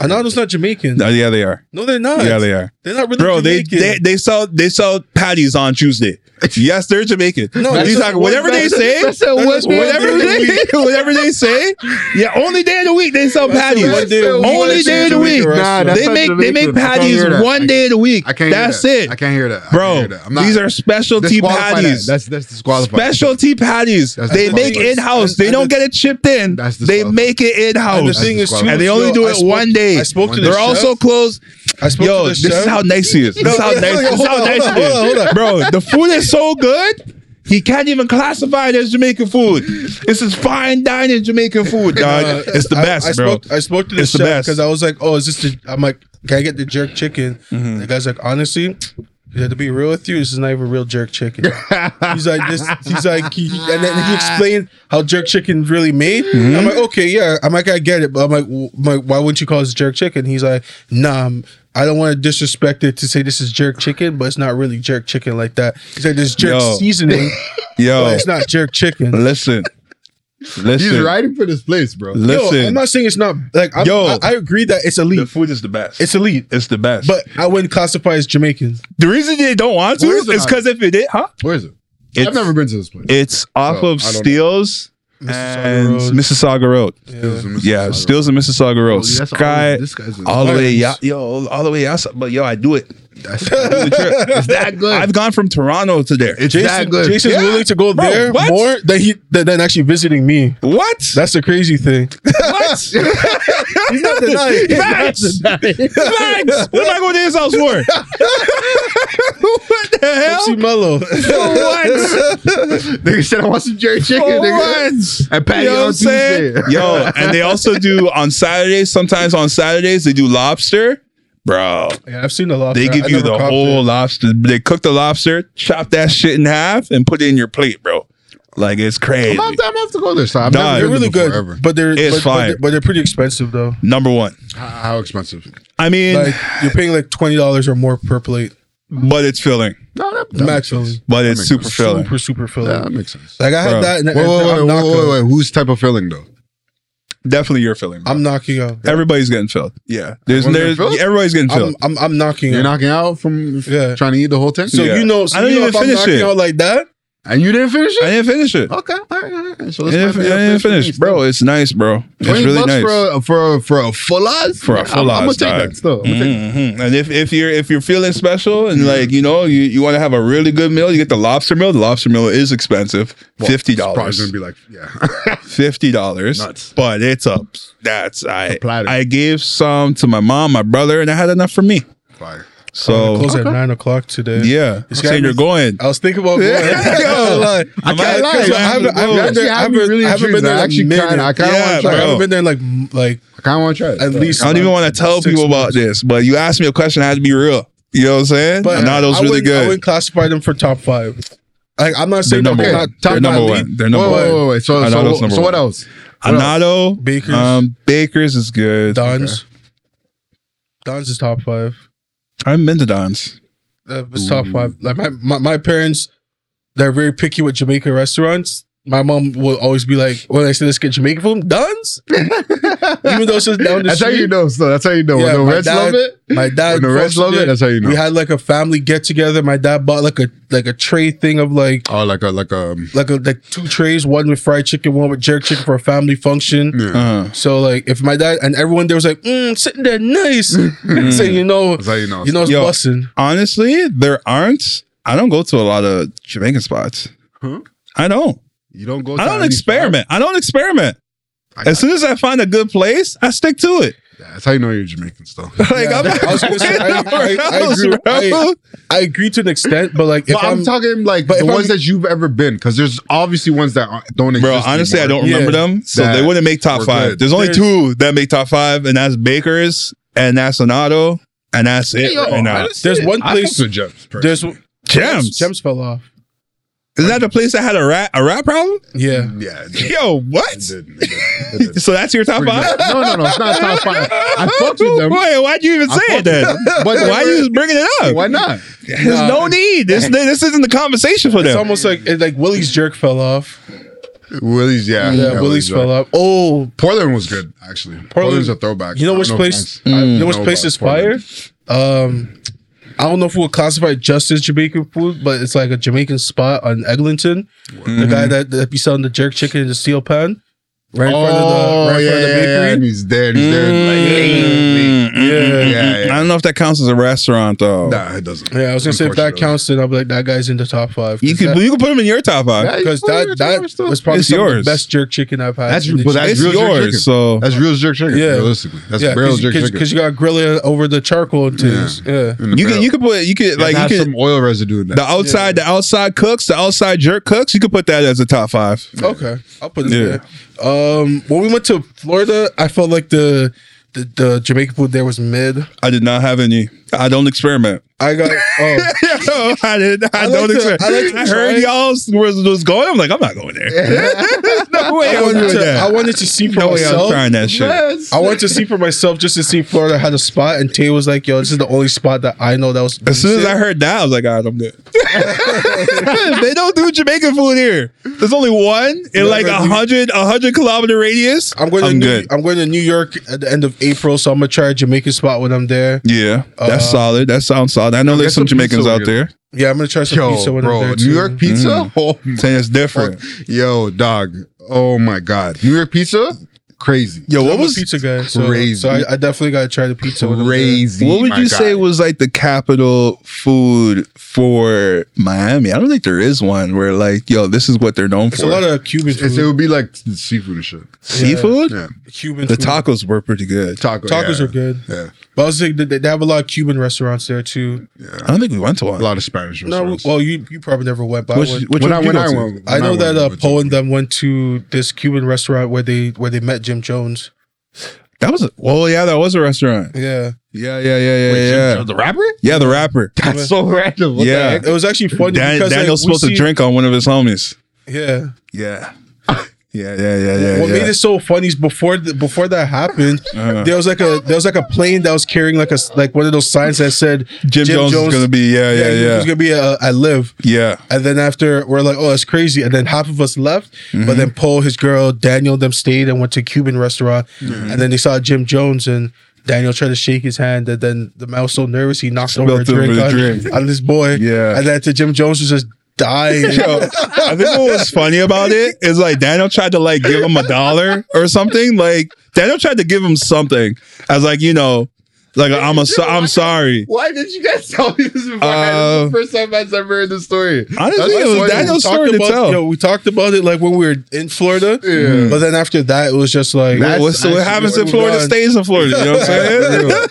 Anado's not Jamaican. No, yeah, they are. No, they're not. Yeah, they are. They're not really Bro, they, Jamaican. they they sell they sell patties <laughs> on Tuesday. Yes, they're Jamaican. No, No, that's you a- talking whatever they that's a- say, that's a one day whatever of the <laughs> they whatever they say. Yeah, only day of the week they sell patties. one day of the week. Only That's day of the a week. Jamaican Nah, that's they not make they Jamaican. make I can't patties hear that. one day of the week. I can't. That's hear that. it, I can't hear that, I bro. can't hear that. I'm not- these are specialty disqualify that. patties. That's that's disqualified. Specialty patties. That's they disqualified. make in house. And- They and don't the- get it chipped in. That's They disqualified. make it in And the house. thing is, too, disqualified. Oh. And they only yo, do I it spoke- one day. I spoke to One the They're chef. also closed. I spoke Yo, to the this chef. is how nice he is. This is how No, nice. no, This is hold how on, nice hold he on, hold on, is, bro. The food is so good. He can't even classify it as Jamaican food. This is fine dining Jamaican food, dog. Uh, it's the I- best, I, bro. Spoke, I spoke to the It's the chef best. because I was like, "Oh, is this the?" I'm like, "Can I get the jerk chicken?" Mm-hmm. The guy's like, "Honestly." he said, to be real with you, this is not even real jerk <laughs> chicken. he's like this. He's like, he, and then he explained how jerk chicken really made. Mm-hmm. I'm like, okay, yeah, I'm like, I get it, but I'm like, w- my, why wouldn't you call this jerk chicken? He's like, nah, I'm, I don't want to disrespect it to say this is jerk chicken, but it's not really jerk chicken like that. He's like, there's jerk Yo. <laughs> seasoning, Yo, but it's not jerk chicken. listen, He's listen, riding for this place, bro. listen. Yo, I'm not saying it's not like I'm, Yo. I, I agree that it's elite. the food is the best. It's elite, it's the best. but I wouldn't classify as Jamaican. The reason they don't want to Where is is it on? because if it did, huh? Where is it? I've It's- never been to this place. It's off So, of I don't know. Steeles and Mississauga Road. Yeah, Steeles and Mississauga Road. Holy, that's Sky all- this guy's in all the way, yeah, Ireland. yo, all the way outside. But yo, I <laughs> do it. That's, It's that good. I've gone from Toronto to there. it's that Jason, good. Jason's Yeah. willing to go Bro, there what? more than he than, than actually visiting me. what? That's the crazy <laughs> thing. what? He's not denying. <laughs> Facts. Facts. What am I going to his house for? <laughs> <laughs> what the hell? Pepsi Mello. <laughs> What? Nigga said I want some jerk chicken. For nigga. Oh, what? And patty You know what on I'm Tuesday. <laughs> saying? Yo, and they also do on Saturdays, sometimes on Saturdays, they do lobster. Bro, yeah, I've seen a lot. they give you the whole lobster. They cook the lobster, chop that shit in half, and put it in your plate, bro. Like it's crazy. I'm gonna have to- I'm gonna have to go there. So I've Dog. never They're been really really good, Ever. but they're It's but, but fire. they're but they're pretty expensive though. Number one. How, how expensive? I mean, Like you're paying like twenty dollars or more per plate, but it's filling. No, that, that max makes filling, But makes it's super sense. filling. super super filling. Yeah, that makes sense. Like I had Bro. that. And, Wait, wait, and wait, I'm wait, not wait, gonna- wait, Whose type of filling though? Definitely you're filling. bro. I'm knocking out. Everybody's getting filled. Yeah. There's, Everyone's there's getting filled? everybody's getting I'm, filled. I'm, I'm knocking You're out. knocking out from Yeah. trying to eat the whole thing, So Yeah. you know, so I don't you know even if I'm finish knocking it. out like that, and you didn't finish I it. didn't finish it. Okay, all right, all right. So I Oh, didn't, this might I be our didn't first finish, meeting bro. still. It's nice, bro. It's Twenty really bucks nice. for a, for a, for a full odds. For a full I'm, I'm gonna odds, take dog. that still. I'm gonna take Mhm. And if, if you're if you're feeling special Mm-hmm. and like you know you, you want to have a really good meal, you get the lobster meal. The lobster meal is expensive, Well, fifty it's Probably dollars, gonna be like yeah. <laughs> fifty dollars. Nuts. But it's up. That's I platter. I gave some to my mom, my brother, and I had enough for me. Fire. So close at nine o'clock today. yeah, I'm It's gotta saying you're be- going. <laughs> I was thinking about <laughs> going. I I might- can't lie. because I haven't, I haven't, been there- That actually I had haven't, me really I haven't intrigued. been there. I in a actually minute. kind of, I kind of Yeah, want to I try. haven't it. been there like m- like I kind of want to try. it. at least. I don't even want to tell six people about this, but you asked me a question. I had to be real. You know what I'm saying? But But now I those really wouldn't- I good. wouldn't classify them for top five. Like I'm not They're saying number they're one. not They're top number five one. league. They're number Wait, wait, one. wait, wait. So, I know that's so, number so what one. else? What else? Anado, Bakers. um, Baker's is good. Don's. Don's is top five. I haven't been to Don's. That was top five. Like my, my my parents, they're very picky with Jamaican restaurants. My mom will always be like, when I say let's get Jamaican food, <laughs> Don's. Even though it's just down the That's how street. you know. So that's how you know. Yeah, my when the Reds dad- love it. My dad, When the Reds posted love it. That's how you know. We had like a family get together. My dad bought like a like a tray thing of like oh, like a like a like a, like two trays, one with fried chicken, one with jerk chicken for a family function. yeah. Uh, So like, if my dad and everyone there was like, mm, sitting there nice, <laughs> so you know, that's how you know. you know, it's Yo. busting. honestly, there aren't. I don't go to a lot of Jamaican spots. Huh? I don't. you don't go. I to don't any experiment. I don't experiment. spot. I- As soon as I find a good place, I stick to it. <laughs> Yeah, that's how you know you're Jamaican still. <laughs> Like Yeah, I'm not I was gonna say, I- I- I <laughs> around, agree- I- bro. I agree to an extent, but like, if But I'm, I'm, talking like but the if I'm- ones that you've ever been, because there's obviously ones that aren't- don't exist. Bro, honestly, I anymore. don't remember Yeah. them, so That they wouldn't make top were five. good. There's only There's- two that make top five, and that's Baker's, and that's Sonato, and that's it Hey, yo, right now. honestly, There's one I place- fucks with gems. personally. there's Gems. gems fell off. Is that the place that had a rat a rat problem? Yeah, yeah. it <laughs> did. Yo, what? <laughs> It did. It did. It did. So that's your top Pretty five? much. No, no, no. It's not top five. <laughs> I fucked with them. Wait, why'd you even I say it fucked then? with them, but they Why are you <laughs> were- just bringing it up? Why not? There's no need. This this isn't the conversation for it's them. almost like it's like Willie's jerk fell off. Willie's, yeah. Yeah, Willie's right. fell off. Oh, Portland was good, actually. Portland's a throwback. You know I don't which if place- I'm- Hmm, I you know don't which place about is fire? Portland. Um, I don't know if we'll classify it just as Jamaican food, but it's like a Jamaican spot on Eglinton. The Mm-hmm. guy that that be selling the jerk chicken in the steel pan, right in front of Oh, the right in yeah, front of the yeah, yeah, and bakery. he's there. and He's there. like, Mm, mm, Yeah, mm. yeah. I don't know if that counts as a restaurant though. Nah, it doesn't. Yeah, I was gonna say if that Unfortunately. counts, then I'll be like that guy's in the top five. You could you could put them in your top five. Yeah, you because put it in your that top five that still. was probably It's some of the yours. best jerk chicken I've had. That's- in the but chicken. it's that's real jerk yours. chicken. So That's real jerk chicken. Yeah. Realistically, that's yeah, real because jerk chicken. you got grill over the charcoal and things. Yeah, In the you could barrel. you could put you could It like has you could some oil residue in the that. outside the outside cooks the outside jerk cooks you could put that as a top five. Okay, I'll put it Yeah. there. Um, when we went to Florida, I felt like the the, the Jamaican food there was mid. I did not have any. I don't experiment. I <laughs> got oh, Yo, I did. I, like don't to- expect. I I, like to heard try. y'all was, was going. I'm like, I'm not going there. <laughs> There's no way I, I'm wanted doing to, I that. wanted to see for No way I'm myself. trying that shit. I wanted to see for myself just to see if Florida had a spot, and Tay was like, "Yo, this is the only spot that I know that was." As soon as I decent." heard that, I was like, all right, I'm <laughs> good. <laughs> they don't do Jamaican food here. There's only one in like a Whatever, dude. hundred, a hundred kilometer radius. I'm going to I'm New, good. I'm going to New York at the end of April, so I'm gonna try a Jamaican spot when I'm there. Yeah, that's Uh, solid. That sounds solid. I know get there's some some Jamaicans pizza out over there Mm. Yeah, I'm gonna try some pizza Yo, when I'm bro, there. New York pizza. Oh my saying it's different. Yo, dog. Oh my god. New York pizza? Crazy. Yo, what What was was pizza guy? So, crazy. So I, I definitely gotta try the pizza. when I'm there. crazy. what would my you guy. say was like the capital food for Miami? I don't think there is one where like, yo, this is what they're known It's for. a lot of Cuban It's, it food. would be like seafood and shit. seafood. Yeah. Cuban The food. tacos were pretty good. Taco. Tacos yeah. are good. Yeah. But I was like, they, they have a lot of Cuban restaurants there too. I don't think we went to A one. lot of Spanish No, restaurants. well, you you probably never went, but Which, I, went. which when I, one did when you I go to? went, I when know went, that I uh, went to- Poe and them went to this Cuban restaurant where they where they met Jim Jones. That was a, well, yeah, that was a restaurant. Yeah, Yeah, yeah, yeah, yeah, yeah. the rapper? yeah, the rapper. That's so random. What Yeah. yeah. it was actually funny Dan, because like, Daniel's we supposed see- to drink on one of his homies. Yeah, Yeah. Yeah, yeah, yeah, yeah. what yeah. made it so funny is before the, before that happened, <laughs> Uh-huh. there was like a there was like a plane that was carrying like a s- like one of those signs that said Jim, Jones, is gonna be yeah, yeah, It yeah, was gonna be a, I live. yeah. And then after we're like, oh, that's crazy. And then half of us left, but Mm-hmm. then Paul, his girl, Daniel, them stayed and went to a Cuban restaurant. Mm-hmm. And then they saw Jim Jones and Daniel tried to shake his hand, and then the man was so nervous he knocked over a Spilled over drink, the on, drink. on this boy. Yeah. and then to Jim Jones was just dying. <laughs> Yo, I think what was funny about it is like Daniel tried to like give him a dollar or something. Like Daniel tried to give him something as like you know, like I'm a so, I'm sorry. Why did you guys <laughs> tell me this before? Uh, this is the first time I've ever heard the story. Honestly, That's it was funny. Daniel's Talked story to about- tell. yo, we talked about it like when we were in Florida, Yeah. but then after that, it was just like That's What's, what actually happens in what Florida we've stays in Florida. You know what <laughs>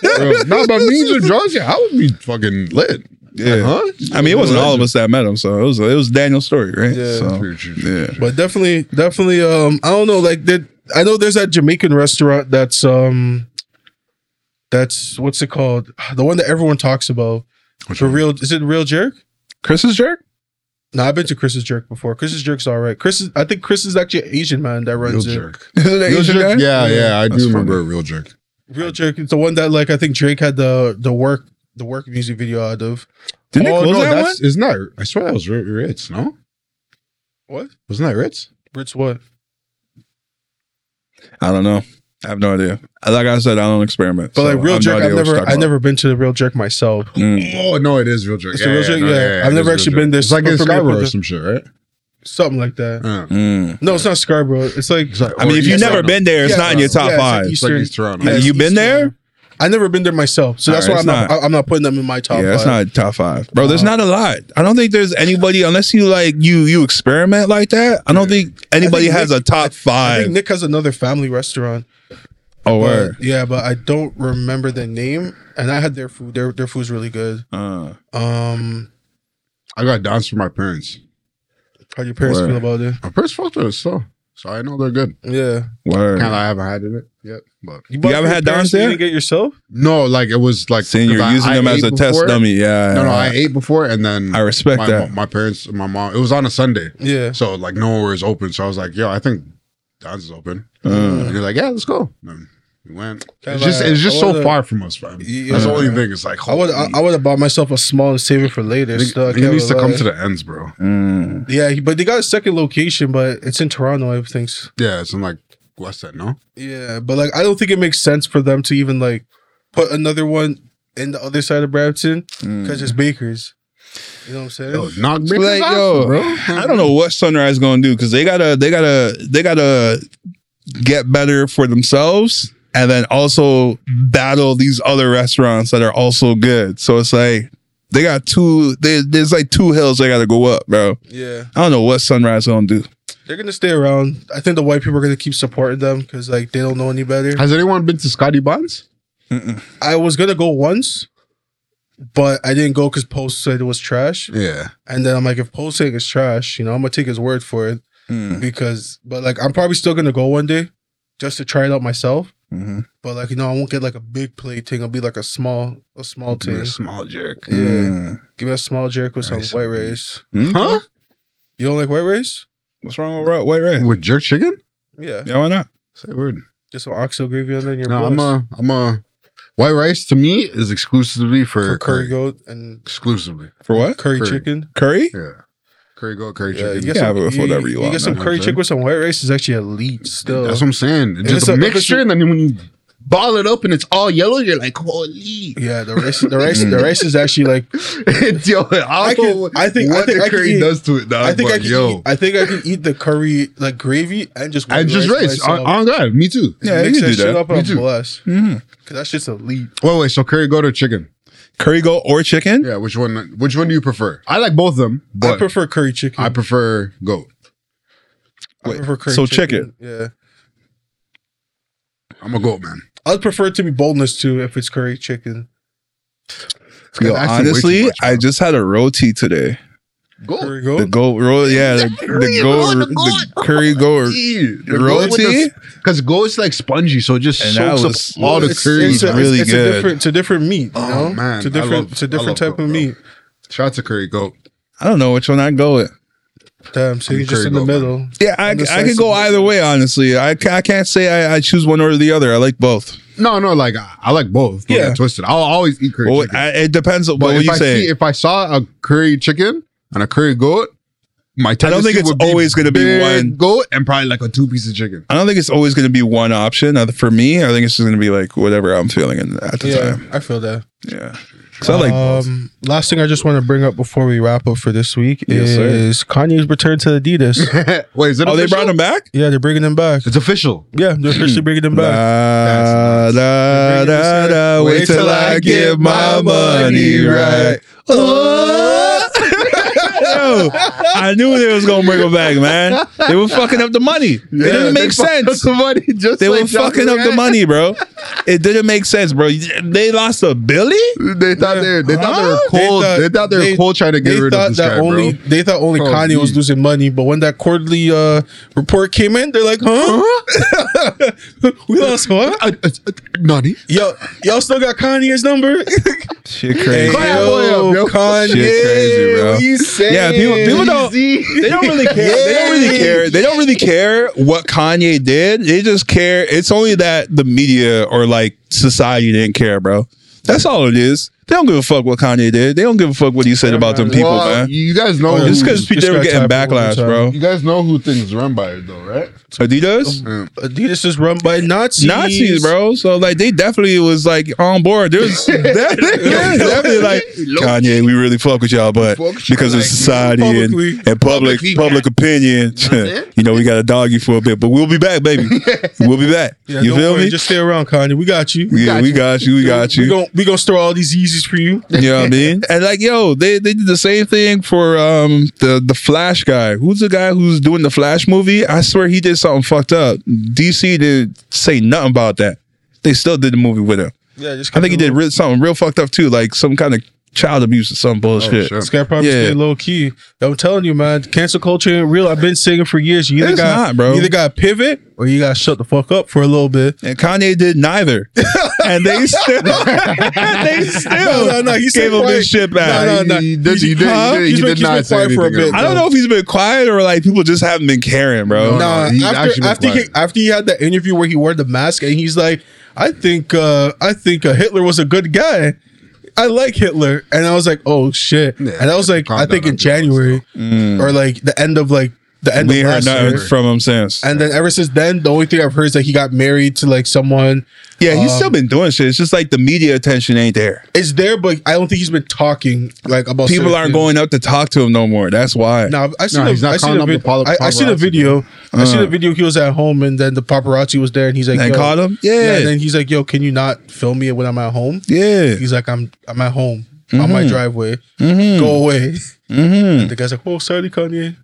I'm saying? no, but me and Josh, yeah, I would be fucking lit. Yeah. Huh? I mean, it wasn't all of us that met him, so it was it was Daniel's story, right? Yeah. So, True, true, true. yeah. But definitely, definitely. Um, I don't know. Like, there, I know there's that Jamaican restaurant that's um, that's what's it called? The one that everyone talks about. Which The one? real is it real jerk? Chris's jerk. No, I've been to Chris's jerk before. Chris's jerk's all right. Chris, is, I think Chris is actually an Asian man that Real runs it. jerk. Is it an Real Asian guy? jerk? Yeah, yeah, I That's do remember a real jerk. Real jerk. It's the one that like I think Drake had the the work the work music video out of. Didn't they close that one? Oh, that's it's not. I swear that was Ri- Ritz. No, What? wasn't that Ritz? Ritz what? I don't know. I have no idea. Like I said, I don't experiment. But so like real I have no jerk, idea I've what you're never I talking never been to the real jerk myself. about. Mm. Oh no, it is real jerk. It's a real jerk, yeah. I've it never is actually real been there. It's like in For me, I put Skyward or the- some shit, right? Something like that. Yeah. Mm. No, it's not Scarborough. It's like It's like- I mean, or if you've East never Toronto. been there, it's Yeah, not in your yeah, top it's like five. East- It's like Eastern- East Toronto. Yeah, Yes, you been Eastern. there? I've never been there myself, so that's Alright, why it's I'm not, I'm not putting them in my top. yeah, five. Uh-huh. it's not top five, bro. There's not a lot. I don't think there's anybody unless you like you you experiment like that. I don't think anybody has Nick- a top I five. think Nick has another family restaurant. but- oh, word. yeah, but I don't remember the name. And I had their food. Their their food's really good. Uh, Um, I got downs for my parents. how do your parents Where? feel about it? My parents fucked with us, so so I know they're good. Yeah, word. Kind of, I haven't had it yet, bought but haven't for your had parents, Don's but you there? didn't get yourself. no, like it was like Saying you're 'cause I- using I them as ate a test before. dummy. Yeah. No, no, I ate before, and then I respect my, that. my parents, my mom. It was on a Sunday, Yeah, so like nowhere was open. So I was like, yo, I think Don's is open. Mm. And you're like, yeah, let's go. And then we went. Kinda It's just like, it's I just so wanna- far from us, fam. Yeah. That's the only thing. It's like I would I, I would have bought myself a small and save it for later. still, I It can't needs to lie. come to the ends, bro. Mm. Yeah, he- but they got a second location, but it's in Toronto. I think. Yeah, it's in like West End, no? Yeah, but like I don't think it makes sense for them to even like put another one in the other side of Brampton mm. because Mm-hmm. it's Bakers. You know what I'm saying? Yo, knock me like, yo, I don't know what Sunrise gonna do because they gotta they gotta they gotta get better for themselves and then also battle these other restaurants that are also good. So it's like they got two they, there's like two hills they gotta go up, bro. Yeah, I don't know what Sunrise gonna do. they're gonna stay around. I think the white people are gonna keep supporting them because like they don't know any better. Has anyone been to Scotty Bonds? I was gonna go once, but I didn't go because Post said it was trash. Yeah. And then I'm like, if Post saying it's trash, you know, I'm gonna take his word for it Mm. because. But like, I'm probably still gonna go one day just to try it out myself. Mhm. But like, you know, I won't get like a big plate thing. I'll be like a small, a small You're thing. a small jerk. Yeah. Mm. Give me a small jerk with some Rice white and rice. Huh? You don't like white rice? What's wrong with Ro- White Red? With jerk chicken? Yeah. Yeah, why not? Say a word. Just some oxtail gravy on there. And you're No, I'm uh, blessed. a I'm a white rice to me is exclusively for For curry curry. goat and Exclusively. For what? curry, Curry. chicken. Curry? Yeah. Curry goat, curry Yeah, you chicken. get Yeah, some, but with you, whatever you you want, get some man. curry chicken with some white rice is actually elite still. That's what I'm saying. It's it's just a- a if it's mixture, a- and then when you ball it up and it's all yellow, you're like, holy. <laughs> yeah, the rice, the rice, <laughs> the rice is actually like. yo, I, I don't can- know I think- I what think the I can curry eat- does to it. Dog, I think I but can. yo, Eat, I think I can eat the curry like gravy and just I just by race. itself. On, on God, me too. Yeah, Mix you can that do shit that. up Me and I'm too. blessed. Mhm. Cause that shit's elite. Wait, wait. So curry goat or chicken? Curry goat or chicken? Yeah, which one? Which one do you prefer? I like both of them, but I prefer curry chicken. I prefer goat. I prefer curry so Yeah, I'm a goat man. I'd prefer it to be boneless too if it's curry chicken. Yo, That's actually way honestly, too much, I bro. just had a roti today. goat. Curry goat. The goat roll, yeah, the, the goat, the curry goat. Roti? because goat's like spongy, so it just And that soaks was- up all the It's- curry. it's a- man. it's- really it's good. A different, it's a different meat. You Oh, know? man, it's a I different, love- it's a I different love type goat, of bro. meat. Shout out to curry goat. I don't know which one I go with. Damn, so you're just in the Curry Goldman. middle. Yeah, I, I could go either way, honestly. I, ca- I can't say I, I choose one or the other. I like both. No, no, like I, I like both. Don't Yeah. get twisted. I'll always eat curry Well, chicken. I, it depends on but what if you I say. see, if I saw a curry chicken and a curry goat, my don't think tendency it's would be always gonna be big one. goat and probably like a two piece <laughs> of chicken. <laughs> I don't think it's always going to be one option. Uh, For me, I think it's just going to be like whatever I'm feeling in- at the Yeah, time. I feel that. Yeah. So I like Uh, both. um, last thing I just want to bring up before we wrap up for this week Yes, sir. is Kanye's return to Adidas. <laughs> Wait, is it? Oh, they official? brought him back? yeah, they're bringing him back. It's official. Yeah, they're officially bringing him back. Da, da, da, da, wait till I get my money right. Oh. <laughs> Yo, I knew they was gonna bring him back, man. They were fucking up the money. it didn't make sense. <laughs> Somebody just They like were fucking Dr. up the Ant. money, bro. It didn't make sense, bro. They lost a billy. They thought they were, they thought they were Huh? cold. They thought they, were they- cold trying to get They rid thought of this that guy, only bro. they thought only Oh, Kanye was dude. losing money, but when that quarterly uh, report came in, they're like, "Huh? <laughs> we lost what? <laughs> Uh, uh, uh, Nani? Yo, y'all still got Kanye's number? <laughs> Shit Hey, crazy. Clap boy up, yo. yo, Kanye. Shit crazy, bro. You say Yeah, people- people don't- They don't really care. They don't really care. They don't really care what Kanye did. They just care. It's only that the media or like society didn't care, bro. That's all it is. They don't give a fuck what Kanye did. They don't give a fuck what he said about them people, Well, man. You guys know yeah. who, Just because This they were guy getting tapped all the backlash, time. bro. you guys know who things run by it though, right? Adidas, Adidas is run by Nazis. Nazis, bro. So like they definitely was like on board. There's definitely, definitely like Kanye. We really fuck with y'all, but Fuck with because y'all, of like, society and, publicly. and public Publicly, public opinion, it. <laughs> you know we got to dog you for a bit, but we'll be back, baby. We'll be back. Yeah, you don't feel worry, me? Just stay around, Kanye. We got you. yeah, we got you. We got We you. gon' we gonna store all these Yeezys for you. You know what I mean? And like, yo, they, they did the same thing for um the the Flash guy. Who's the guy who's doing the Flash movie? I swear he did something fucked up. DC didn't say nothing about that. They still did the movie with him. Yeah, just I think he did real, something real fucked up too, like some kind of child abuse or Oh, some bullshit. shit. This guy probably Yeah. stay low key. I'm telling you, man, cancel culture ain't real. I've been saying it for years. You either It's got not, bro. You either got pivot or you got to shut the fuck up for a little bit. And Kanye <laughs> did neither, and they still, and they still No, no, no, he stayed gave him quiet. this shit back. No, no, no. He did. He did. Huh? He did, He's he been- did he's been not say quiet for a anything. bit. else. I don't know if he's been quiet or like people just haven't been caring, bro. No, Nah, he's actually after been after he, quiet. after he had that interview where he wore the mask and he's like, I think uh, I think uh, Hitler was a good guy. I like Hitler, and I was like, oh shit, Yeah, and I was like, calm I think down in on people, January or like the end of like the end Mm. we of heard last year. nothing from him since. And then ever since then, the only thing I've heard is that he got married to like someone. Yeah, he's um, still been doing shit. It's just like the media attention ain't there. It's there, but I don't think he's been talking like about People certain aren't things. going out to talk to him no more. That's why. No, I seen. No, a, he's not I seen calling a up the vid- poli- I, I seen a paparazzi, video. I Uh. seen a video. He was at home, and then the paparazzi was there, and he's like, And yo- caught him? Yeah. And then he's like, "Yo, can you not film me when I'm at home?" Yeah. Mm-hmm. Hmm. He's like, "I'm I'm at home on my driveway. Go away." <laughs> The guy's like, "Oh, sorry, Kanye."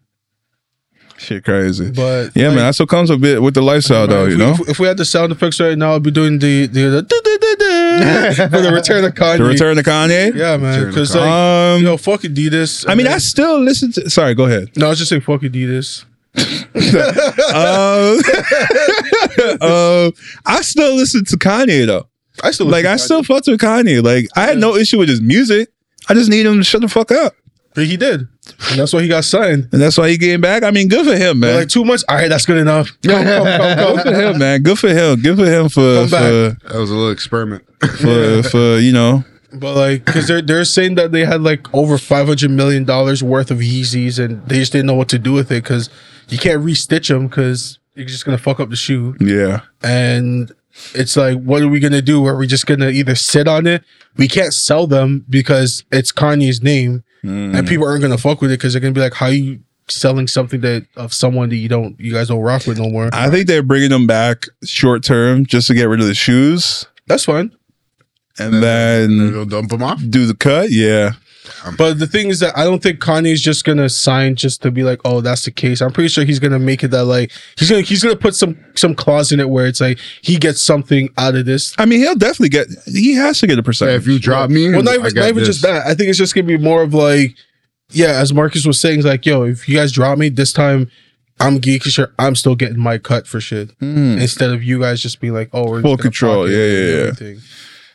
Shit crazy. But yeah, like, man, that's what comes a bit with the lifestyle, though, if you we, know? if, if we had the sound effects right now, I'd be doing the the, the, the- for the return of Kanye. <laughs> The return of Kanye. Yeah, man. Return of Because like, Um, yo, fuck Adidas. I mean, And I still listen to. Sorry, go <laughs> ahead. then- no, I was just saying fuck Adidas. <laughs> Um, um, I still listen to Kanye, though. I still Like, I listen to still fucked with Kanye. Like, I had no issue with his music. I just need him to shut the fuck up. Kanye. But he did, and that's why he got signed. And that's why he getting back. I mean, good for him, man. Like two months. All right, that's good <laughs> enough. Come, come, come, come. <laughs> good for him, man. Good for him. Good for him for Come back. for, That was a little experiment. <laughs> for for you know. But like, because they're they're saying that they had like over five hundred million dollars worth of Yeezys, and they just didn't know what to do with it because you can't restitch them because you're just gonna fuck up the shoe. Yeah. And it's like, what are we gonna do? Are we just gonna either sit on it? We can't sell them because it's Kanye's name, Mm. and people aren't gonna fuck with it because they're gonna be like, how you selling something that of someone that you don't you guys don't rock with no more? I think they're bringing them back short term just to get rid of the shoes That's fine. and then They'll dump him off. do the cut. Yeah. But the thing is that I don't think Kanye's just gonna sign just to be like, oh, that's the case. I'm pretty sure he's gonna make it that like he's gonna he's gonna put some some clause in it where it's like he gets something out of this. I mean, he'll definitely get. He has to get a Yeah, percentage. if you drop Hmm, me, Well, not I even, got not even this. just that. I think it's just gonna be more of like, yeah, as Marcus was saying, it's like, yo, if you guys drop me this time, I'm geeky sure I'm still getting my cut for shit Mm. instead of you guys just being like, oh, we're Full just gonna control. pocket Yeah, yeah, yeah. everything.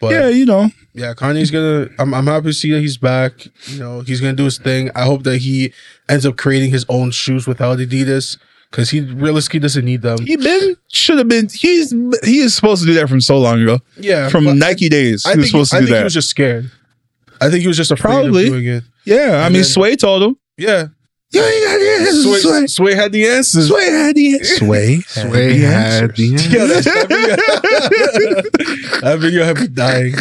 But yeah, yeah, you know. Kanye's gonna. I'm, I'm happy to see that he's back. You know, he's gonna do his thing. I hope that he ends up creating his own shoes without Adidas because he realistically doesn't need them. He been should have been. He's he is supposed to do that from so long ago, Yeah, from but Nike days. I he think, was supposed I to do think that. he was just scared. I think he was just afraid Probably. of doing it. yeah, I mean, then- Sway told him. Yeah, Yeah, yeah, yeah. this is Sway, Sway had the answers. Sway had the Sway. Sway had the answer. <laughs> Yeah, that's- that, video, that video had me dying.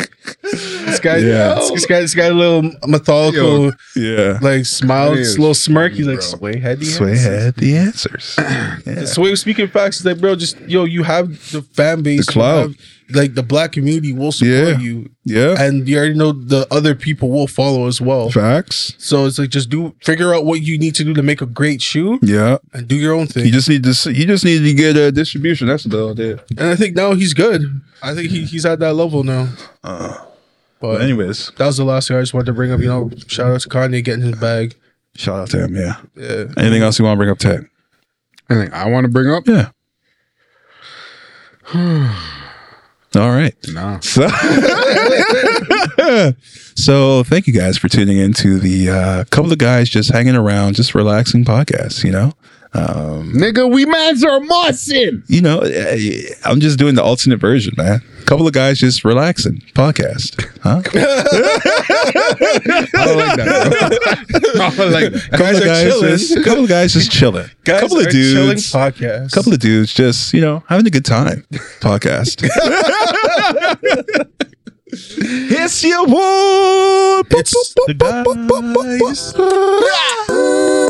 This guy, Yeah. this, this guy, this guy, little methodical, Yeah. like smile, That is little smirk. He's like, funny, bro. Sway had the Sway answers." had the answers. Yeah. Sway was speaking facts. He's like, bro, just yo, you have the fan base, The clout. you have- like the black community will support Yeah. you, Yeah. and you already know the other people will follow as well. Facts. So it's like just do figure out what you need to do to make a great shoe Yeah. and do your own You thing. just need to. s- You just need to get a distribution. That's about it. And I think now he's good. I think he, he's at that level now. Uh, But anyways, That was the last thing I just wanted to bring up. You know, shout out to Kanye getting his bag. shout out to him. Yeah. Yeah. Anything else you want to bring up, Ted? Anything I want to bring up? Yeah. <sighs> All right. Nah. So, <laughs> so thank you guys for tuning in to the uh, couple of guys just hanging around, just relaxing podcast. You know, Nigga, we mans are mossing. you know, eh, I'm just doing the alternate version, man. Couple of guys just relaxing podcast, huh? I don't like that. Bro. <laughs> I don't like that. Couple of are guys, chilling. just, couple of guys just chilling. couple of Our dudes, chilling podcast. couple of dudes just you know having a good <laughs> time podcast. <laughs> it's your boy. It's the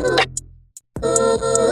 guy. guys.